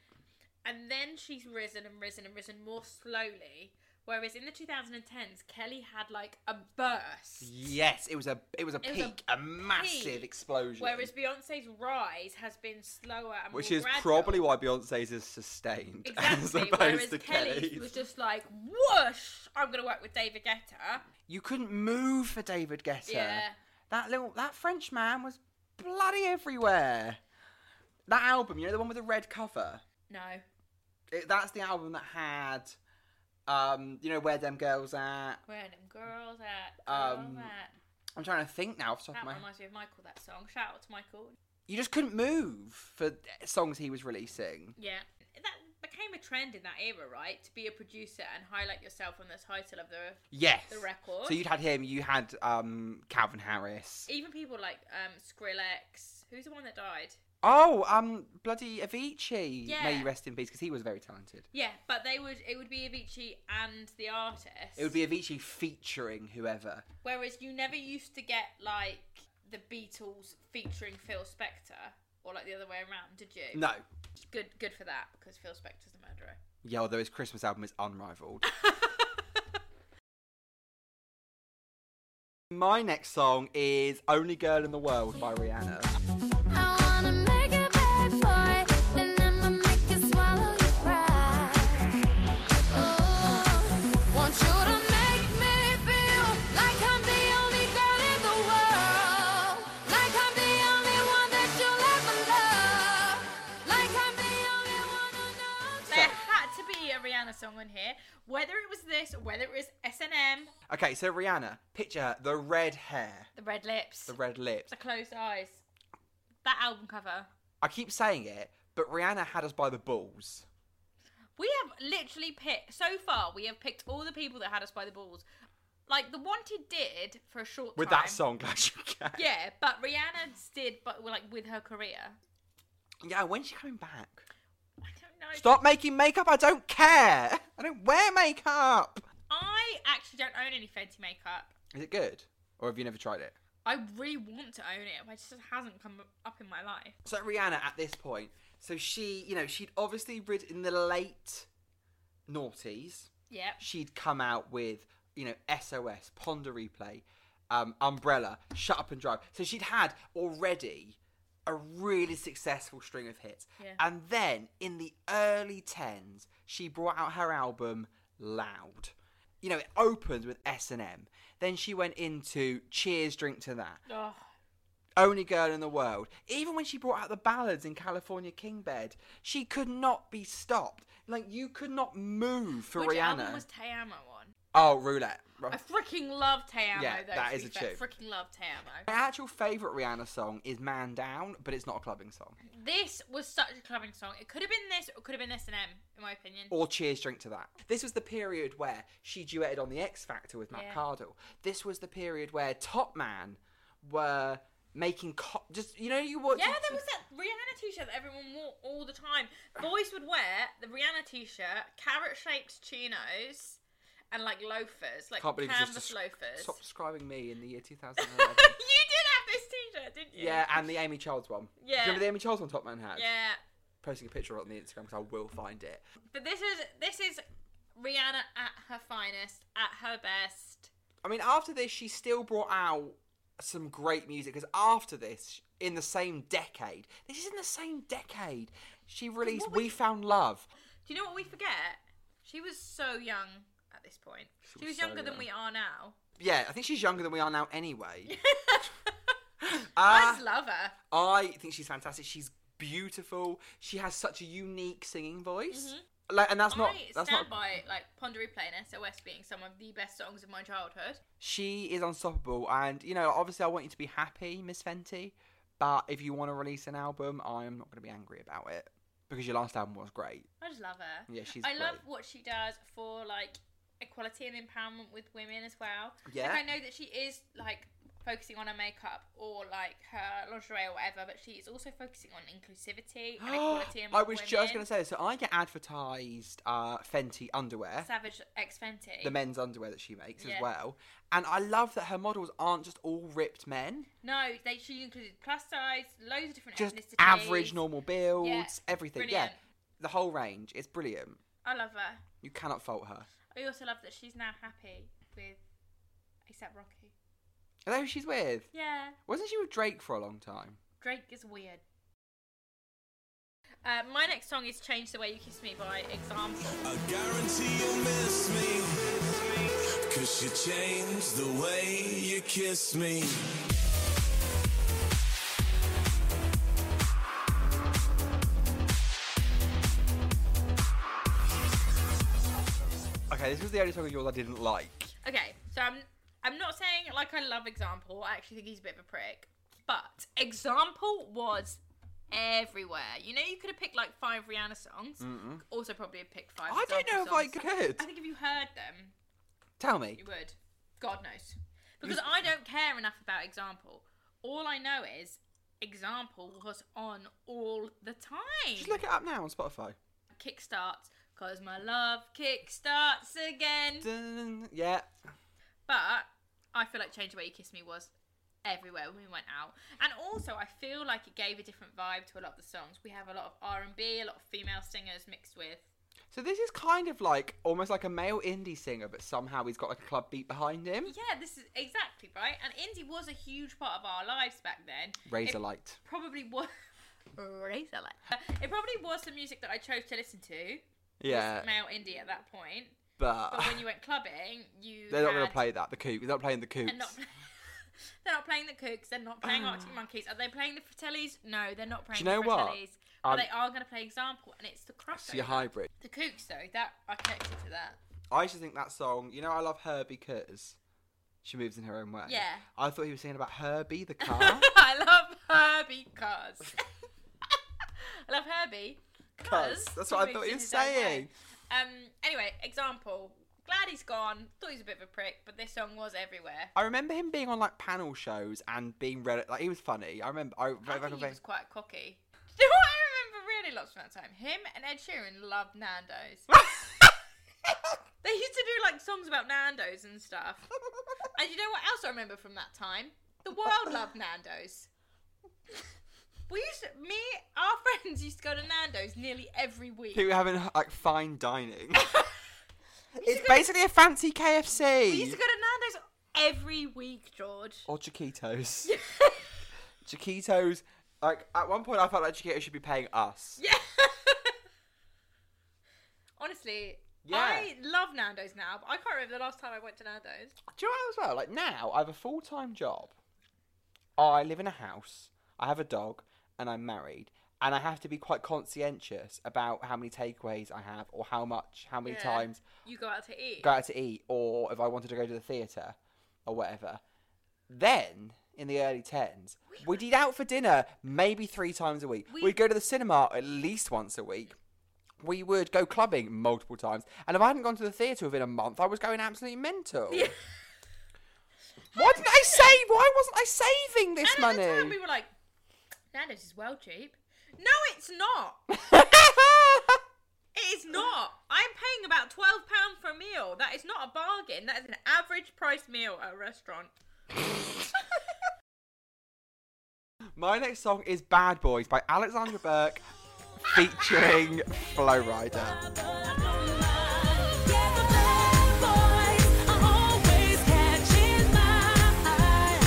Speaker 2: and then she's risen and risen and risen more slowly. Whereas in the 2010s, Kelly had like a burst.
Speaker 3: Yes, it was a it was a
Speaker 2: It was a
Speaker 3: peak, a, massive
Speaker 2: peak,
Speaker 3: explosion.
Speaker 2: Whereas Beyonce's rise has been slower and
Speaker 3: which
Speaker 2: more
Speaker 3: is
Speaker 2: gradual.
Speaker 3: probably why Beyonce's is sustained as
Speaker 2: Exactly. Whereas
Speaker 3: opposed to
Speaker 2: Kelly
Speaker 3: Kelly's.
Speaker 2: was just like, whoosh, I'm gonna work with David Guetta.
Speaker 3: You couldn't move for David Guetta.
Speaker 2: Yeah.
Speaker 3: That little that French man was bloody everywhere. That album, you know, the one with the red cover.
Speaker 2: No.
Speaker 3: It, that's the album that had, um, you know, where them girls at.
Speaker 2: Where them girls at? Girl
Speaker 3: Um,
Speaker 2: at?
Speaker 3: I'm trying to think now off the top
Speaker 2: That
Speaker 3: of my
Speaker 2: reminds me of Michael. That song. Shout out to Michael.
Speaker 3: You just couldn't move for songs he was releasing.
Speaker 2: Yeah, that became a trend in that era, right? To be a producer and highlight yourself on the title of the.
Speaker 3: Yes.
Speaker 2: The record.
Speaker 3: So you'd had him, you had um Calvin Harris.
Speaker 2: Even people like um, Skrillex. Who's the one that died?
Speaker 3: Oh, um bloody Avicii. May
Speaker 2: Yeah.
Speaker 3: you rest in peace because he was very talented.
Speaker 2: Yeah, but they would. It would be Avicii and the artist.
Speaker 3: It would be Avicii featuring whoever.
Speaker 2: Whereas you never used to get like the Beatles featuring Phil Spector or like the other way around, did you?
Speaker 3: No.
Speaker 2: Good, good for that because Phil Spector's the murderer.
Speaker 3: Yeah, although his Christmas album is unrivaled. My next song is Only Girl in the World by Rihanna.
Speaker 5: I wanna make it bad for it, and I'ma make you swallow your pride. Oh, want you to make me feel like I'm the only girl in the world, like I'm the only one that you'll ever love, like I'm the only one who knows.
Speaker 2: There had to be a Rihanna song on here, whether it was this, or whether it was S and M,
Speaker 3: Okay, so Rihanna, picture her, the red hair,
Speaker 2: the red lips,
Speaker 3: the red lips.
Speaker 2: the closed eyes, that album cover.
Speaker 3: I keep saying it, but Rihanna had us by the balls.
Speaker 2: We have literally picked so far. We have picked all the people that had us by the balls. Like the Wanted did for a short
Speaker 3: With
Speaker 2: time.
Speaker 3: that song, Glad You Can.
Speaker 2: Yeah, but Rihanna did, but like with her career.
Speaker 3: Yeah, when's she coming back?
Speaker 2: I don't know.
Speaker 3: Stop making makeup, I don't care! I don't wear makeup!
Speaker 2: I actually don't own any Fenty makeup.
Speaker 3: Is it good? Or have you never tried it?
Speaker 2: I really want to own it, but it just hasn't come up in my life.
Speaker 3: So Rihanna at this point, so she, you know, she'd obviously rid in the late noughties.
Speaker 2: Yep.
Speaker 3: She'd come out with, you know, SOS, Ponder Replay, um, Umbrella, Shut Up and Drive. So she'd had already a really successful string of hits.
Speaker 2: Yeah.
Speaker 3: And then in the early tens, she brought out her album Loud. You know, it opens with S and M. Then she went into Cheers, Drink to That
Speaker 2: Oh,
Speaker 3: only girl in the world. Even when she brought out the ballads in California King Bed, she could not be stopped. Like you could not move for
Speaker 2: which
Speaker 3: Rihanna.
Speaker 2: album was Teyamo on?
Speaker 3: oh, roulette. Ro-
Speaker 2: I freaking love Teyamo.
Speaker 3: Yeah,
Speaker 2: though,
Speaker 3: that
Speaker 2: to
Speaker 3: is
Speaker 2: be
Speaker 3: a
Speaker 2: fair.
Speaker 3: tune.
Speaker 2: Freaking love Teyamo.
Speaker 3: My actual favourite Rihanna song is Man Down, but it's not a clubbing song.
Speaker 2: This was such a clubbing song. It could have been this, or it could have been S and M, in my opinion.
Speaker 3: Or Cheers Drink to That. This was the period where she duetted on The X Factor with Matt
Speaker 2: Yeah.
Speaker 3: Cardle. This was the period where Top Man were making co- just you know you watch
Speaker 2: Yeah, there was that Rihanna t-shirt that everyone wore all the time. Boys would wear the Rihanna t-shirt, carrot-shaped chinos, and like loafers, like
Speaker 3: can't believe you
Speaker 2: canvas
Speaker 3: just desc-
Speaker 2: loafers.
Speaker 3: stop describing me in the year 2011
Speaker 2: you did have this t-shirt, didn't you?
Speaker 3: yeah and the Amy Childs one Do you
Speaker 2: Yeah.
Speaker 3: remember the Amy Childs one Top Man had
Speaker 2: Yeah.
Speaker 3: posting a picture on the Instagram because I will find it.
Speaker 2: But this is this is Rihanna at her finest, at her best.
Speaker 3: I mean, after this, she still brought out some great music because after this, in the same decade, this is in the same decade, she released
Speaker 2: What
Speaker 3: We Found Love.
Speaker 2: Do you know what we forget? She was so young at this point. She,
Speaker 3: was
Speaker 2: was
Speaker 3: so
Speaker 2: younger than
Speaker 3: young.
Speaker 2: we are now.
Speaker 3: Yeah, I think she's younger than we are now anyway.
Speaker 2: I
Speaker 3: uh,
Speaker 2: just love her.
Speaker 3: I think she's fantastic. She's beautiful. She has such a unique singing voice. Like, and that's not
Speaker 2: Mm-hmm. I
Speaker 3: that's
Speaker 2: stand
Speaker 3: not
Speaker 2: by like Ponder Replay and SOS being some of the best songs of my childhood.
Speaker 3: she is unstoppable and you know obviously i want you to be happy miss fenty but if you want to release an album i'm not going to be angry about it because your last album was great
Speaker 2: I just love her.
Speaker 3: Yeah, she's
Speaker 2: I love
Speaker 3: great.
Speaker 2: what she does for like equality and empowerment with women as well.
Speaker 3: Yeah.
Speaker 2: Like I know that she is like focusing on her makeup or like her lingerie or whatever, but she is also focusing on inclusivity and equality and
Speaker 3: i was just going
Speaker 2: women.
Speaker 3: to say so i get advertised uh, fenty underwear
Speaker 2: Savage X Fenty.
Speaker 3: the men's underwear that she makes
Speaker 2: Yeah.
Speaker 3: as well and i love that her models aren't just all ripped men
Speaker 2: no, they she included plus size, loads of different
Speaker 3: just
Speaker 2: ethnicities.
Speaker 3: average normal builds everything yeah
Speaker 2: Brilliant.
Speaker 3: the whole range it's brilliant
Speaker 2: I love her.
Speaker 3: you cannot fault her
Speaker 2: I also love that she's now happy with ASAP Rocky.
Speaker 3: Is that who she's with
Speaker 2: Yeah.
Speaker 3: wasn't she with drake for a long time
Speaker 2: Drake is weird. Uh, my next song is Change the Way You Kiss Me by Example.
Speaker 6: I guarantee you'll miss me. Cause you changed the way you kiss me.
Speaker 3: okay this was the only song of yours i didn't like
Speaker 2: Okay, so I'm I'm not saying like I love example. I actually think he's a bit of a prick. But example was everywhere. You know, you could have picked like five Rihanna songs. Also, probably have picked five.
Speaker 3: I don't
Speaker 2: Example
Speaker 3: know if I
Speaker 2: songs.
Speaker 3: could.
Speaker 2: I think if you heard them,
Speaker 3: Tell me.
Speaker 2: you would. God knows. Because I don't care enough about example. All I know is example was on all the time.
Speaker 3: Just look it up now on Spotify.
Speaker 2: Kickstarts. Cause my love kickstarts again.
Speaker 3: Dun, Yeah.
Speaker 2: But I feel like Change the Way You Kiss Me was everywhere when we went out, and also I feel like it gave a different vibe to a lot of the songs. We have a lot of R and B, a lot of female singers mixed with.
Speaker 3: So this is kind of like almost like a male indie singer, but somehow he's got like a club beat behind him.
Speaker 2: Yeah, this is exactly right. And indie was a huge part of our lives back then.
Speaker 3: Razor
Speaker 2: It
Speaker 3: light.
Speaker 2: probably was. Razor light. It probably was the music that I chose to listen to.
Speaker 3: Yeah,
Speaker 2: Was male indie at that point.
Speaker 3: but,
Speaker 2: But when you went clubbing, you
Speaker 3: they're not going
Speaker 2: had-
Speaker 3: to play that. The coop. They're not playing the coops.
Speaker 2: They're not. They're not playing the Kooks. They're not playing Arctic Monkeys. Are they playing the Fratellis? No, they're not playing
Speaker 3: you know
Speaker 2: the
Speaker 3: what?
Speaker 2: Fratellis. But
Speaker 3: Um,
Speaker 2: they are going to play Example, and it's the
Speaker 3: So you're
Speaker 2: crossover.
Speaker 3: hybrid.
Speaker 2: the Kooks, though, that I connected to that.
Speaker 3: I used to think that song. You know, I love her because she moves in her own way.
Speaker 2: Yeah.
Speaker 3: I thought he was singing about Herbie the car.
Speaker 2: I love Herbie cuz. I love Herbie
Speaker 3: Cuz.
Speaker 2: cuz.
Speaker 3: That's
Speaker 2: he
Speaker 3: what I
Speaker 2: moves
Speaker 3: thought
Speaker 2: in
Speaker 3: he was
Speaker 2: his own way.
Speaker 3: saying.
Speaker 2: Um. Anyway, Example. Glad he's gone. Thought he was a bit of a prick, but this song was everywhere.
Speaker 3: I remember him being on like panel shows and being read. Like he was funny. I remember.
Speaker 2: I
Speaker 3: I, I
Speaker 2: think he
Speaker 3: remember-
Speaker 2: was quite cocky. Do you know what I remember really lots from that time? Him and Ed Sheeran loved Nando's. They used to do like songs about Nando's and stuff. And you know what else I remember from that time? The world loved Nando's. We used to, me, our friends used to go to Nando's nearly every week.
Speaker 3: People having like fine dining. it's
Speaker 2: go-
Speaker 3: basically a fancy
Speaker 2: We used
Speaker 3: KFC
Speaker 2: to go to Nando's every week, George.
Speaker 3: or Chiquitos. Chiquitos. Like at one point, I felt like Chiquitos should be paying us.
Speaker 2: Yeah. Honestly,
Speaker 3: Yeah.
Speaker 2: I love Nando's now, but I can't remember the last time I went to Nando's.
Speaker 3: Do you know what as well? Like now, I have a full time job. I live in a house. I have a dog, and I'm married. And I have to be quite conscientious about how many takeaways I have, or how much, how many
Speaker 2: Yeah.
Speaker 3: times
Speaker 2: You go out to eat.
Speaker 3: go out to eat, or if I wanted to go to the theatre, or whatever. Then in the early tens, we'd eat out for dinner maybe three times a week.
Speaker 2: We-
Speaker 3: We'd go to the cinema at least once a week. We would go clubbing multiple times. And if I hadn't gone to the theatre within a month, I was going absolutely mental. Why didn't I save? Why wasn't I saving this
Speaker 2: and
Speaker 3: money?
Speaker 2: at the time, we were like, Nando's is well cheap. No, it's not. It is not. I'm paying about twelve pound for a meal. That is not a bargain. That is an average price meal at a restaurant.
Speaker 3: My next song is Bad Boys by Alexandra Burke featuring Flowrider.
Speaker 5: Yeah, the bad boys are always catching my eye.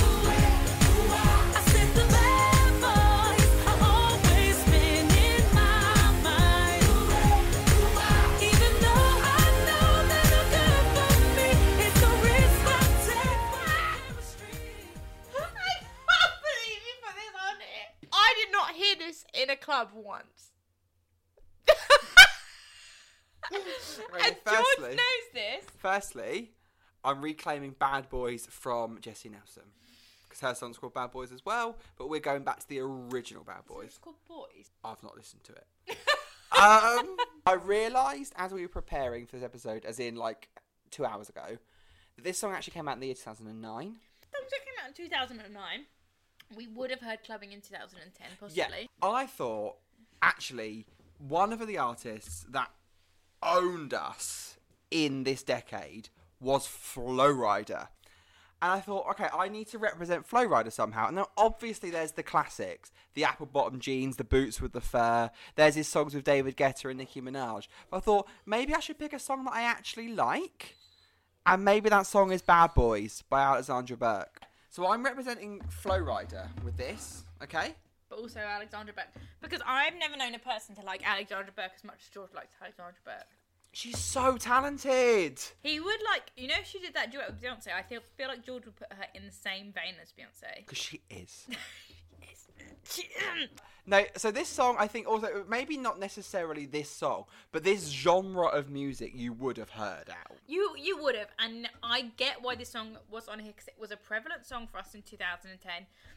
Speaker 5: I said the bad boys are always spinning my mind. Even though I know that they're good for me, it's a risk I take
Speaker 2: I can't believe you put this on here. I did not hear this in a club once. and George
Speaker 3: firstly-
Speaker 2: knows this.
Speaker 3: Firstly, I'm reclaiming Bad Boys from Jessie Nelson because her song's called Bad Boys as well, but we're going back to the original Bad Boys.
Speaker 2: It's called boys.
Speaker 3: I've not listened to it. um, I realised as we were preparing for this episode, as in like two hours ago, that this song actually came out in the year 2009.
Speaker 2: Songs that came out in 2009. We would have heard clubbing in 2010,
Speaker 3: Yeah,
Speaker 2: possibly.
Speaker 3: I thought actually one of the artists that owned us in this decade was Flowrider. And I thought, okay, I need to represent Flowrider somehow. And then obviously there's the classics, the apple bottom jeans, the boots with the fur. There's his songs with David Guetta and Nicki Minaj. But I thought maybe I should pick a song that I actually like. And maybe that song is Bad Boys by Alexandra Burke. So I'm representing Flowrider with this, okay?
Speaker 2: But also Alexandra Burke. Because I've never known a person to like Alexandra Burke as much as George likes Alexandra Burke.
Speaker 3: She's so talented.
Speaker 2: He would like, you know, if she did that duet with Beyonce. I feel feel like George would put her in the same vein as Beyonce.
Speaker 3: Because she is. No, so this song, I think, also maybe not necessarily this song, but this genre of music you would have heard out.
Speaker 2: You you would have, and I get why this song was on here because it was a prevalent song for us in 2010,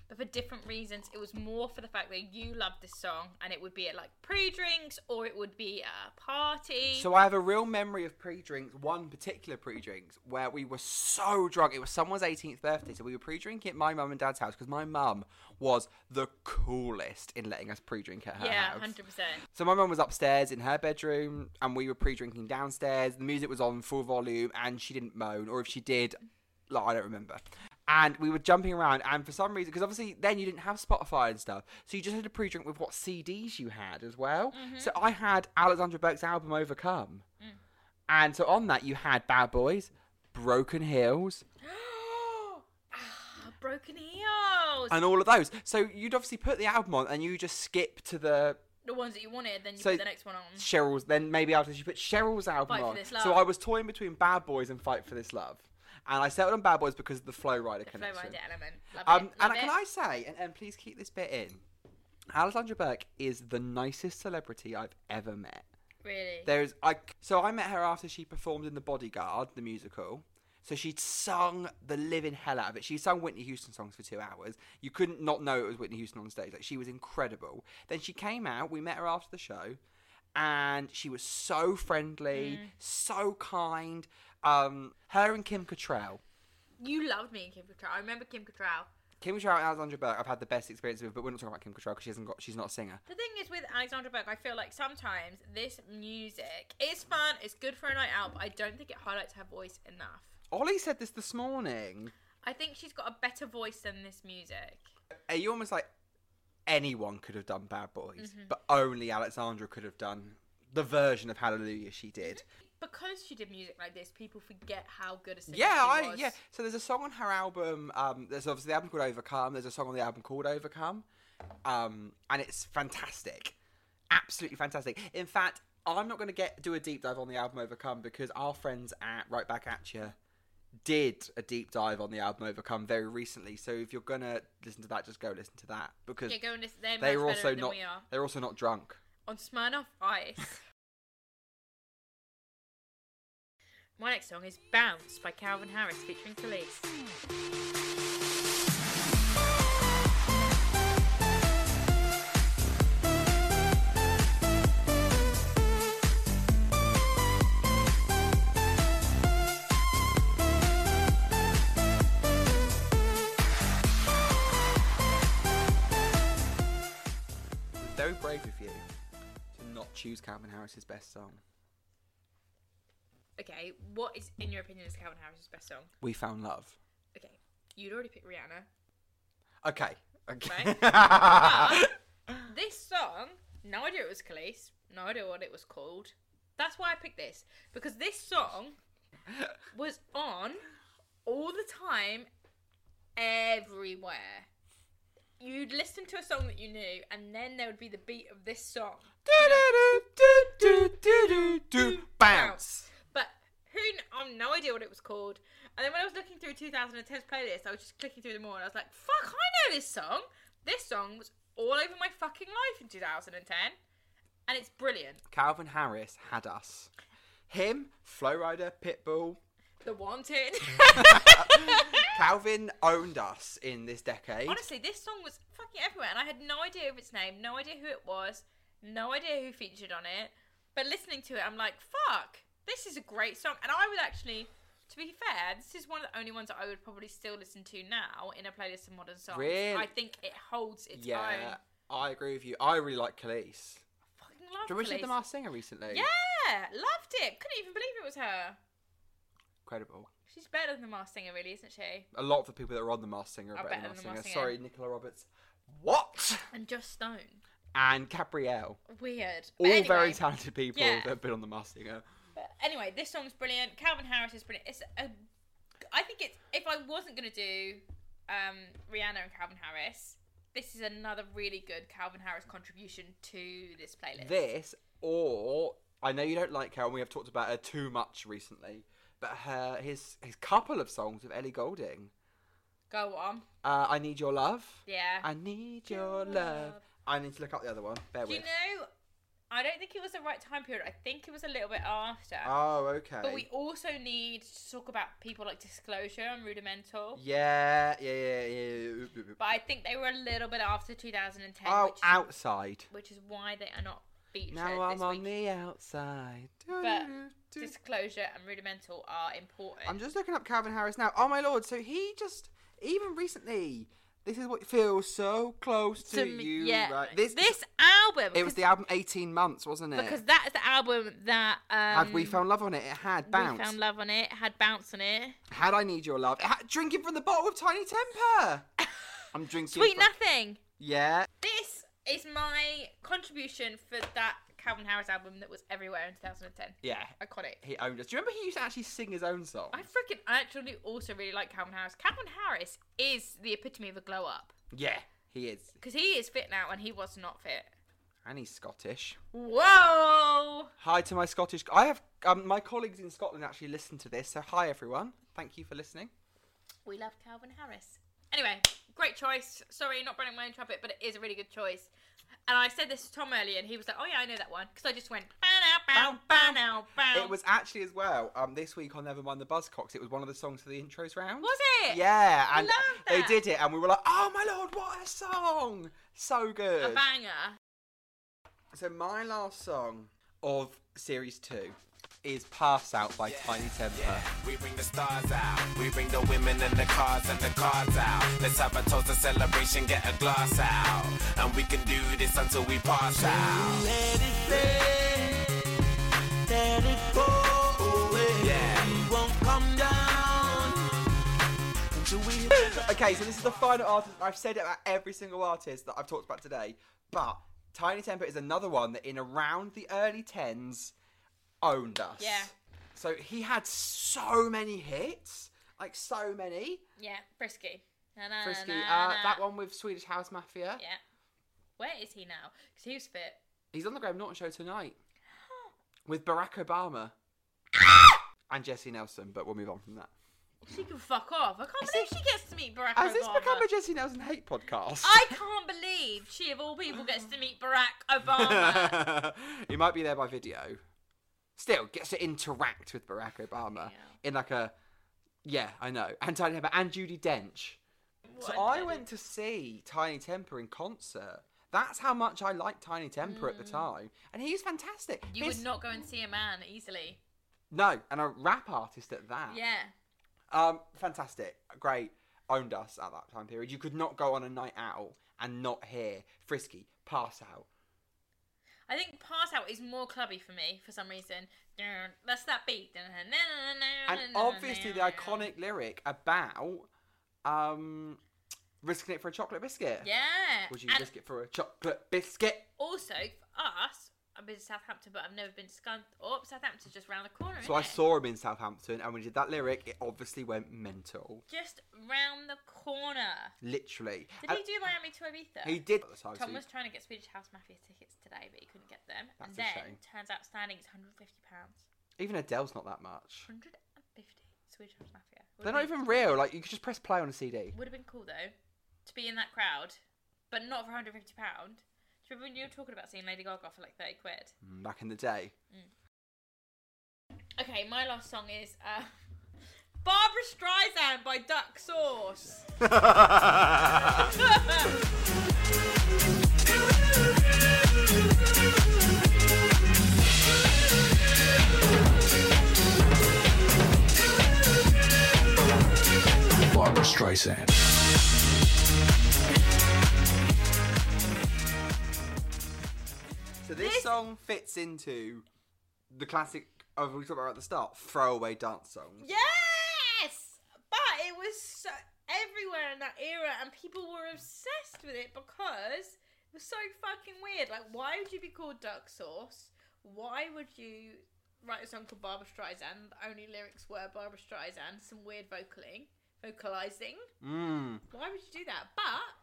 Speaker 2: but for different reasons. It was more for the fact that you loved this song, and it would be at like pre-drinks or it would be at a party.
Speaker 3: So I have a real memory of pre-drinks, one particular pre-drinks where we were so drunk. It was someone's 18th birthday, so we were pre-drinking at my mum and dad's house because my mum was the coolest in letting us pre-drink at her
Speaker 2: yeah,
Speaker 3: house.
Speaker 2: hundred percent.
Speaker 3: So my mum was upstairs in her bedroom, and we were pre-drinking downstairs. The music was on full volume, and she didn't moan, or if she did, like I don't remember. And we were jumping around, and for some reason, because obviously then you didn't have Spotify and stuff, so you just had to pre-drink with what CDs you had as well. So I had Alexandra Burke's album Overcome, and so on that you had Bad Boys, Broken Hills,
Speaker 2: Ah, Broken heels.
Speaker 3: and all of those. So you'd obviously put the album on, and you just skip to the
Speaker 2: the ones that you wanted, then you
Speaker 3: So-
Speaker 2: put the next one on.
Speaker 3: Cheryl's. Then maybe after she put Cheryl's
Speaker 2: Mm.
Speaker 3: album
Speaker 2: Fight for
Speaker 3: on.
Speaker 2: This Love.
Speaker 3: So I was toying between Bad Boys and Fight for This Love, and I settled on Bad Boys because of the Flow Rider
Speaker 2: The flow
Speaker 3: connection.
Speaker 2: rider element. Love
Speaker 3: Um,
Speaker 2: it.
Speaker 3: and
Speaker 2: love
Speaker 3: can
Speaker 2: it.
Speaker 3: I say, and, and please keep this bit in. Alessandra Burke is the nicest celebrity I've ever met.
Speaker 2: really?
Speaker 3: There's I so I met her after she performed in The Bodyguard, the musical. So she'd sung the living hell out of it. She sung Whitney Houston songs for two hours. You couldn't not know it was Whitney Houston on stage. Like she was incredible. Then she came out. We met her after the show, and she was so friendly, so kind. Um, her and Kim Cattrall.
Speaker 2: You loved me and Kim Cattrall. I remember Kim Cattrall.
Speaker 3: Kim Cattrall and Alexandra Burke. I've had the best experience with, but we're not talking about Kim Cattrall because she hasn't got. She's not a singer.
Speaker 2: The thing is with Alexandra Burke, I feel like sometimes this music is fun, it's good for a night out, but I don't think it highlights her voice enough.
Speaker 3: Ollie said this this morning.
Speaker 2: I think she's got a better voice than this music.
Speaker 3: are you almost like anyone could have done Bad Boys,
Speaker 2: Mm-hmm.
Speaker 3: but only Alexandra could have done the version of Hallelujah she did.
Speaker 2: Mm-hmm. Because she did music like this, people forget how good a singer
Speaker 3: Yeah,
Speaker 2: she
Speaker 3: I
Speaker 2: was.
Speaker 3: yeah. So there's a song on her album. Um, there's obviously the album called Overcome. There's a song on the album called Overcome, um, and it's fantastic, absolutely fantastic. In fact, I'm not going to get do a deep dive on the album Overcome because our friends at Right Back At You did a deep dive on the album Overcome very recently. So if you're gonna listen to that, just go listen to that because
Speaker 2: Yeah, go and listen. They're
Speaker 3: they
Speaker 2: much
Speaker 3: were
Speaker 2: better
Speaker 3: also
Speaker 2: than
Speaker 3: not
Speaker 2: we are.
Speaker 3: they're also not drunk.
Speaker 2: On Smirnoff Ice. My next song is Bounce by Calvin Harris featuring Felice.
Speaker 3: It was very brave of you to not choose Calvin Harris's best song.
Speaker 2: Okay, what is, in your opinion, is Calvin Harris's best song?
Speaker 3: We found love.
Speaker 2: Okay, you'd already picked Rihanna.
Speaker 3: Okay. Okay.
Speaker 2: This song, no idea it was Khalees, no idea what it was called. That's why I picked this because this song was on all the time, everywhere. You'd listen to a song that you knew, and then there would be the beat of this song.
Speaker 3: Do-do-do-do-do-do-do. Bounce.
Speaker 2: But who? kn- I've no idea what it was called. And then when I was looking through 2010's playlist, I was just clicking through them all, and I was like, "Fuck, I know this song. This song was all over my fucking life in 2010, and it's brilliant."
Speaker 3: Calvin Harris had us. Him, Flow Rider, Pitbull.
Speaker 2: The Wanted.
Speaker 3: Calvin owned us in this decade.
Speaker 2: Honestly, this song was fucking everywhere, and I had no idea of its name, no idea who it was, no idea who featured on it. But listening to it, I'm like, fuck, this is a great song. And I would actually, to be fair, this is one of the only ones that I would probably still listen to now in a playlist of modern songs.
Speaker 3: Really?
Speaker 2: I think it holds its
Speaker 3: yeah,
Speaker 2: own.
Speaker 3: I agree with you. I really like Khalees.
Speaker 2: Fucking love
Speaker 3: Do you remember she
Speaker 2: Khalees.
Speaker 3: did The Masked Singer recently?
Speaker 2: Yeah, loved it. Couldn't even believe it was her.
Speaker 3: Incredible.
Speaker 2: She's better than the Masked Singer, really, isn't she?
Speaker 3: A lot of the people that are on The Masked Singer are
Speaker 2: Are
Speaker 3: better than The Masked Singer. Sorry, Nicola Roberts. What?
Speaker 2: And Just Stone.
Speaker 3: And Gabrielle.
Speaker 2: Weird. But
Speaker 3: all
Speaker 2: anyway.
Speaker 3: very talented people
Speaker 2: yeah.
Speaker 3: that have been on the Masked Singer.
Speaker 2: But anyway, this song's brilliant. Calvin Harris is brilliant. It's a, I think it's if I wasn't gonna do um, Rihanna and Calvin Harris, this is another really good Calvin Harris contribution to this playlist.
Speaker 3: This or I know you don't like her, and we have talked about her too much recently. But her his his couple of songs with Ellie Golding,
Speaker 2: Go on.
Speaker 3: uh, "I Need Your Love,"
Speaker 2: Yeah.
Speaker 3: "I Need Your Love," I need to look up the other one. Bear
Speaker 2: Do you
Speaker 3: with.
Speaker 2: know? I don't think it was the right time period. I think it was a little bit after.
Speaker 3: Oh, okay.
Speaker 2: but we also need to talk about people like Disclosure and Rudimental.
Speaker 3: Yeah, yeah, yeah, yeah. yeah. Oop, oop, oop.
Speaker 2: But I think they were a little bit after 2010,
Speaker 3: Oh,
Speaker 2: which, is,
Speaker 3: outside.
Speaker 2: which is why they are not featured
Speaker 3: Now
Speaker 2: this
Speaker 3: I'm on
Speaker 2: week.
Speaker 3: the outside. Mm-hmm.
Speaker 2: But
Speaker 3: Doo-doo-doo.
Speaker 2: Disclosure and Rudimental are important.
Speaker 3: I'm just looking up Calvin Harris now. Oh my lord! So he just even recently. This is what feels so close to,
Speaker 2: m-
Speaker 3: you.
Speaker 2: yeah,
Speaker 3: Right?
Speaker 2: this album.
Speaker 3: It was the album 18 months, wasn't it?
Speaker 2: because that's the album that um,
Speaker 3: had we found love on it? It had
Speaker 2: We
Speaker 3: bounce.
Speaker 2: Found love on it. Had bounce on it.
Speaker 3: Had I need your love? It had drinking from the bottle of Tiny Temper. I'm drinking.
Speaker 2: Sweet
Speaker 3: from-
Speaker 2: nothing.
Speaker 3: Yeah.
Speaker 2: This is my contribution for that Calvin Harris album that was everywhere in 2010.
Speaker 3: Yeah.
Speaker 2: Iconic.
Speaker 3: He owned us. Do you remember he used to actually sing his own song?
Speaker 2: I freaking I actually also really like Calvin Harris. Calvin Harris is the epitome of a glow up
Speaker 3: Yeah, he is,
Speaker 2: because he is fit now and he was not fit.
Speaker 3: and he's Scottish.
Speaker 2: Whoa!
Speaker 3: Hi to my Scottish. I have um, my colleagues in Scotland actually listen to this, so hi everyone. Thank you for listening.
Speaker 2: We love Calvin Harris. Anyway, great choice. Sorry, not burning my own trumpet, but it is a really good choice. And I said this to Tom earlier, and he was like, "Oh yeah, I know that one," because I just went, "Bow, bow, bow, bow, bow."
Speaker 3: It was actually as well um, this week on Nevermind the Buzzcocks. It was one of the songs for the intros round.
Speaker 2: was it?
Speaker 3: Yeah, and
Speaker 2: love
Speaker 3: they
Speaker 2: that.
Speaker 3: did it, and we were like, "Oh my lord, what a song! So good."
Speaker 2: a banger.
Speaker 3: So my last song of series two is "Pass Out" by Tiny Temper.
Speaker 6: Yeah. We bring the stars out. We bring the women and the cars and the cars out. Let's have a toast and celebration, get a glass out. And we can do this until we pass out. Let it play. Let it go away. Yeah. We won't come down. Until we hit the
Speaker 3: Okay, so this is the final artist. I've said it about every single artist that I've talked about today, but Tiny Temper is another one that in around the early tens owned us.
Speaker 2: Yeah.
Speaker 3: So he had so many hits, like so many.
Speaker 2: Yeah, frisky. Na, na, na,
Speaker 3: Frisky,
Speaker 2: na,
Speaker 3: uh,
Speaker 2: na.
Speaker 3: that one with Swedish House Mafia.
Speaker 2: Yeah. Where is he now? Because he was fit.
Speaker 3: He's on the Graham Norton show tonight with Barack Obama and Jesse Nelson, but we'll move on from that.
Speaker 2: She can fuck off. I can't believe she gets to meet Barack
Speaker 3: Has this
Speaker 2: Obama.
Speaker 3: become a Jesse Nelson hate podcast?
Speaker 2: I can't believe she of all people gets to meet Barack Obama.
Speaker 3: he might be there by video. Still gets to interact with Barack Obama in like a yeah, I know. And Tiny Temper and Judy Dench. so
Speaker 2: What a
Speaker 3: I
Speaker 2: daddy.
Speaker 3: went to see Tiny Temper in concert. That's how much I liked Tiny Temper at the time, and he's fantastic.
Speaker 2: Mm. You
Speaker 3: His-
Speaker 2: would not go and see a man easily.
Speaker 3: no, and a rap artist at that.
Speaker 2: Yeah.
Speaker 3: Um, fantastic, great. Owned us at that time period. You could not go on a night out and not hear Frisky pass out.
Speaker 2: I think Pass Out is more clubby for me for some reason. Dun, That's that beat. Dun, dun, dun, dun,
Speaker 3: and
Speaker 2: dun, dun,
Speaker 3: obviously the
Speaker 2: dun.
Speaker 3: iconic lyric about um risking it for a chocolate biscuit.
Speaker 2: Yeah.
Speaker 3: Would you
Speaker 2: And
Speaker 3: risk it for a chocolate biscuit?
Speaker 2: also, for us, I've been to Southampton, but I've never been to Scunthorpe. Oh, Southampton's just round the corner.
Speaker 3: So
Speaker 2: isn't
Speaker 3: I
Speaker 2: it?
Speaker 3: saw him in Southampton, and when he did that lyric, it obviously went mental,
Speaker 2: Just round the corner.
Speaker 3: literally.
Speaker 2: Did he
Speaker 3: And
Speaker 2: do Miami to Ibiza?
Speaker 3: He did. At the time, so
Speaker 2: Tom
Speaker 3: he-
Speaker 2: was trying to get Swedish House Mafia tickets today, but he couldn't get them. and
Speaker 3: That's a
Speaker 2: then
Speaker 3: shame.
Speaker 2: turns out standing is 150 pounds.
Speaker 3: Even Adele's not that much.
Speaker 2: 150 Swedish House Mafia.
Speaker 3: They're not even real. Like you could just press play on a CD.
Speaker 2: Would have been cool though to be in that crowd, but not for 150 pound. Do you remember when you were talking about seeing Lady Gaga for like 30 quid?
Speaker 3: Mm, Back in the day.
Speaker 2: Okay, my last song is uh, Barbara Streisand by Duck Sauce.
Speaker 7: Barbara Streisand.
Speaker 3: So this,
Speaker 2: This-
Speaker 3: song fits into the classic. Of we talked about at the start, throwaway dance songs.
Speaker 2: Yes! But it was so everywhere in that era, and people were obsessed with it because it was so fucking weird. Like, why would you be called Duck Sauce? Why would you write a song called Barbara Streisand? The only lyrics were Barbara Streisand, some weird vocaling, vocalizing.
Speaker 3: Mm.
Speaker 2: Why would you do that? But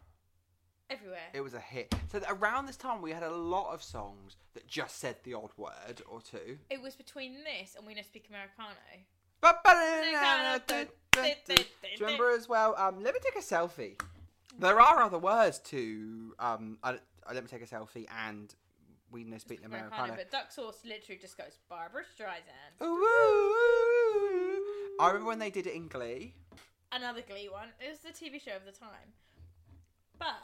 Speaker 2: everywhere.
Speaker 3: It was a hit. So th- around this time, we had a lot of songs that just said the odd word or two.
Speaker 2: It was between this and We Know Speak Americano.
Speaker 3: Do you remember as well? Um, let me take a selfie. There are other words to um, I, uh, let me take a selfie and we know speak the
Speaker 2: Americana,
Speaker 3: Americana.
Speaker 2: but duck sauce literally just goes Barbara Streisand.
Speaker 3: Ooh, ooh, ooh, ooh. I remember when they did it in Glee.
Speaker 2: Another Glee one. It was the TV show of the time. But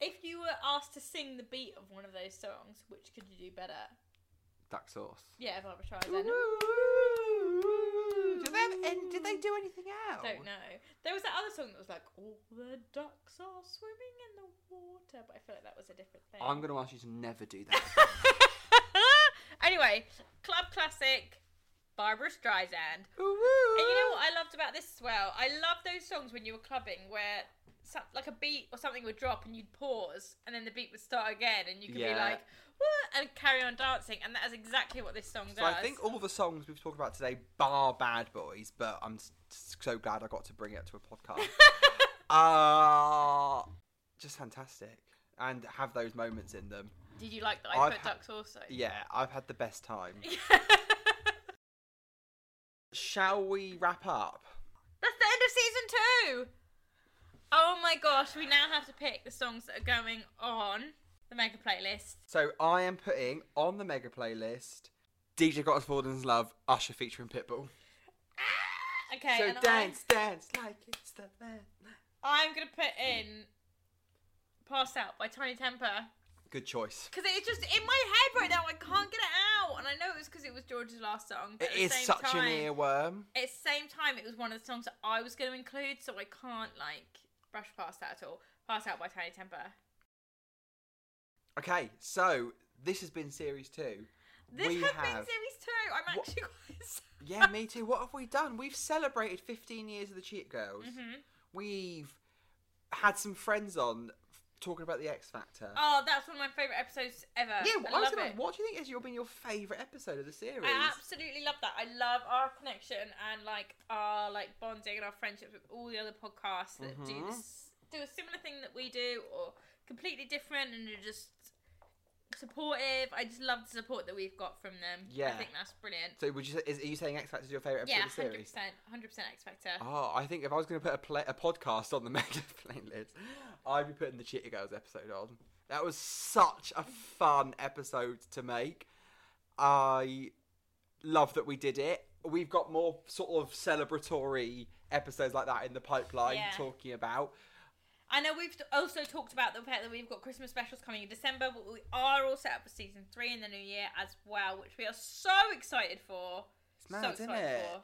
Speaker 2: if you were asked to sing the beat of one of those songs, which could you do better?
Speaker 3: Duck sauce.
Speaker 2: Yeah, Barbara
Speaker 3: Ooh, ooh,
Speaker 2: Streisand.
Speaker 3: ooh, ooh. Did they, have, and did they do anything else?
Speaker 2: Don't know. There was that other song that was like, "All the ducks are swimming in the water," but I feel like that was a different thing.
Speaker 3: I'm going to ask you to never do that.
Speaker 2: anyway, club classic, Barbara Streisand.
Speaker 3: Ooh, ooh,
Speaker 2: And you know
Speaker 3: ooh.
Speaker 2: what I loved about this as well? I love those songs when you were clubbing where some, like a beat or something would drop and you'd pause and then the beat would start again and you could be
Speaker 3: Yeah.
Speaker 2: like, what? And carry on dancing. And that is exactly what this song
Speaker 3: So
Speaker 2: does.
Speaker 3: I think all the songs we've talked about today bar Bad Boys, but I'm s- so glad I got to bring it to a podcast. uh, just fantastic. And have those moments in them.
Speaker 2: Did you like that I
Speaker 3: I've
Speaker 2: put
Speaker 3: ha-
Speaker 2: ducks also?
Speaker 3: Yeah, I've had the best time. Shall we wrap up?
Speaker 2: That's the end of season two. Oh my gosh, we now have to pick the songs that are going on the mega playlist.
Speaker 3: So I am putting on the mega playlist DJ Got Us Forden's Love, Usher featuring Pitbull.
Speaker 2: Okay,
Speaker 3: Ah! so
Speaker 2: and
Speaker 3: dance, dance like it's the man.
Speaker 2: I'm, I'm gonna put in "Pass Out" by Tiny Temper.
Speaker 3: Good choice.
Speaker 2: Because it's just in my head right now. I can't get it out. And I know it was because it was George's last song. but
Speaker 3: It
Speaker 2: at the
Speaker 3: is
Speaker 2: same
Speaker 3: such
Speaker 2: time,
Speaker 3: an earworm.
Speaker 2: At the same time, it was one of the songs that I was going to include, so I can't, like, brush past that at all. Pass Out by Tiny Temper.
Speaker 3: Okay, so this has been series two.
Speaker 2: This
Speaker 3: we
Speaker 2: has
Speaker 3: have.
Speaker 2: been series two. I'm
Speaker 3: What-
Speaker 2: actually quite sad.
Speaker 3: yeah, me too. What have we done? We've celebrated 15 years of the Cheat Girls.
Speaker 2: Mm-hmm.
Speaker 3: We've had some friends on f- talking about the X Factor.
Speaker 2: Oh, that's one of my favourite episodes ever.
Speaker 3: yeah,
Speaker 2: I,
Speaker 3: I was
Speaker 2: love
Speaker 3: gonna.
Speaker 2: it.
Speaker 3: What do you think has your been your favourite episode of the series?
Speaker 2: I absolutely love that. I love our connection and like our like bonding and our friendships with all the other podcasts that
Speaker 3: Mm-hmm.
Speaker 2: do this, do a similar thing that we do or completely different and are just supportive. I just love the support that we've got from them. I
Speaker 3: Yeah.
Speaker 2: think that's brilliant.
Speaker 3: So would you say, is, are you saying X Factor is your favourite episode
Speaker 2: yeah,
Speaker 3: of the
Speaker 2: hundred
Speaker 3: series?
Speaker 2: percent, hundred percent X Factor.
Speaker 3: Oh, I think if I was going to put a, play, a podcast on the mega playlist, I'd be putting the Cheetah Girls episode on. That was such a fun episode to make. I love that we did it. We've got more sort of celebratory episodes like that in the pipeline
Speaker 2: Yeah.
Speaker 3: talking about.
Speaker 2: I know we've t- also talked about the fact that we've got Christmas specials coming in December, but we are all set up for season three in the new year as well, which we are so excited for.
Speaker 3: It's mad,
Speaker 2: so
Speaker 3: isn't
Speaker 2: excited
Speaker 3: it?
Speaker 2: for.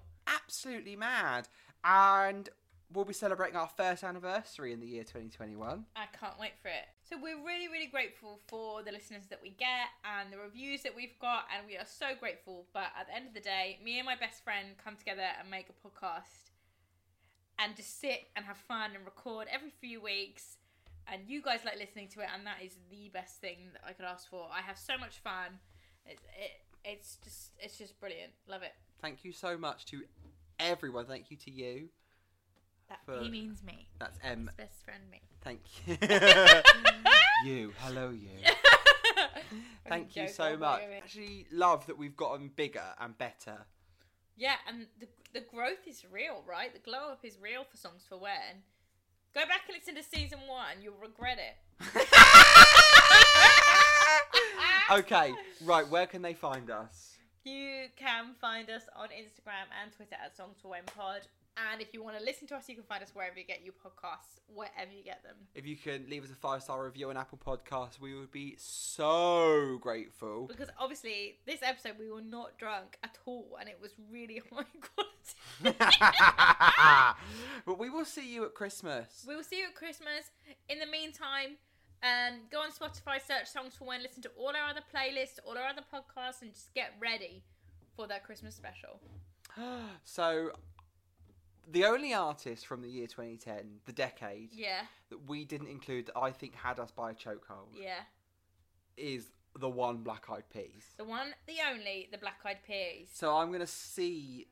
Speaker 3: Absolutely mad. And we'll be celebrating our first anniversary in the year 2021.
Speaker 2: I can't wait for it. So we're really, really grateful for the listeners that we get and the reviews that we've got, and we are so grateful. But at the end of the day, me and my best friend come together and make a podcast, and just sit and have fun and record every few weeks. And you guys like listening to it, and that is the best thing that I could ask for. I have so much fun. It, it it's just it's just brilliant. Love it.
Speaker 3: Thank you so much to everyone. Thank you to you.
Speaker 2: That
Speaker 3: For-
Speaker 2: he means me.
Speaker 3: That's M.
Speaker 2: His best friend me.
Speaker 3: Thank you. you. Hello, you. Thank you
Speaker 2: joke
Speaker 3: so
Speaker 2: all the way
Speaker 3: much.
Speaker 2: over.
Speaker 3: Actually, love that we've gotten bigger and better.
Speaker 2: Yeah, and the, the growth is real, right? The glow up is real for Songs for When. Go back and listen to season one, you'll regret it.
Speaker 3: Okay, right, where can they find us?
Speaker 2: You can find us on Instagram and Twitter at Songs for When Pod. And if you want to listen to us, you can find us wherever you get your podcasts, wherever you get them.
Speaker 3: If you can leave us a five star review on Apple Podcasts, we would be so grateful.
Speaker 2: Because obviously, this episode we were not drunk at all, and it was really high quality.
Speaker 3: but we will see you at Christmas.
Speaker 2: We will see you at Christmas. In the meantime, um, go on Spotify, search Songs for When, listen to all our other playlists, all our other podcasts, and just get ready for that Christmas special.
Speaker 3: So, the only artist from the year 2010, the decade,
Speaker 2: Yeah,
Speaker 3: that we didn't include that I think had us by a chokehold
Speaker 2: yeah.
Speaker 3: is the one Black Eyed Peas.
Speaker 2: The one, the only, the Black Eyed Peas.
Speaker 3: So I'm gonna see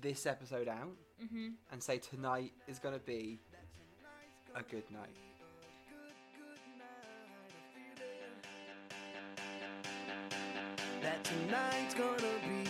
Speaker 3: this episode out
Speaker 2: Mm-hmm.
Speaker 3: and say tonight is gonna be a good night.
Speaker 4: That tonight's gonna be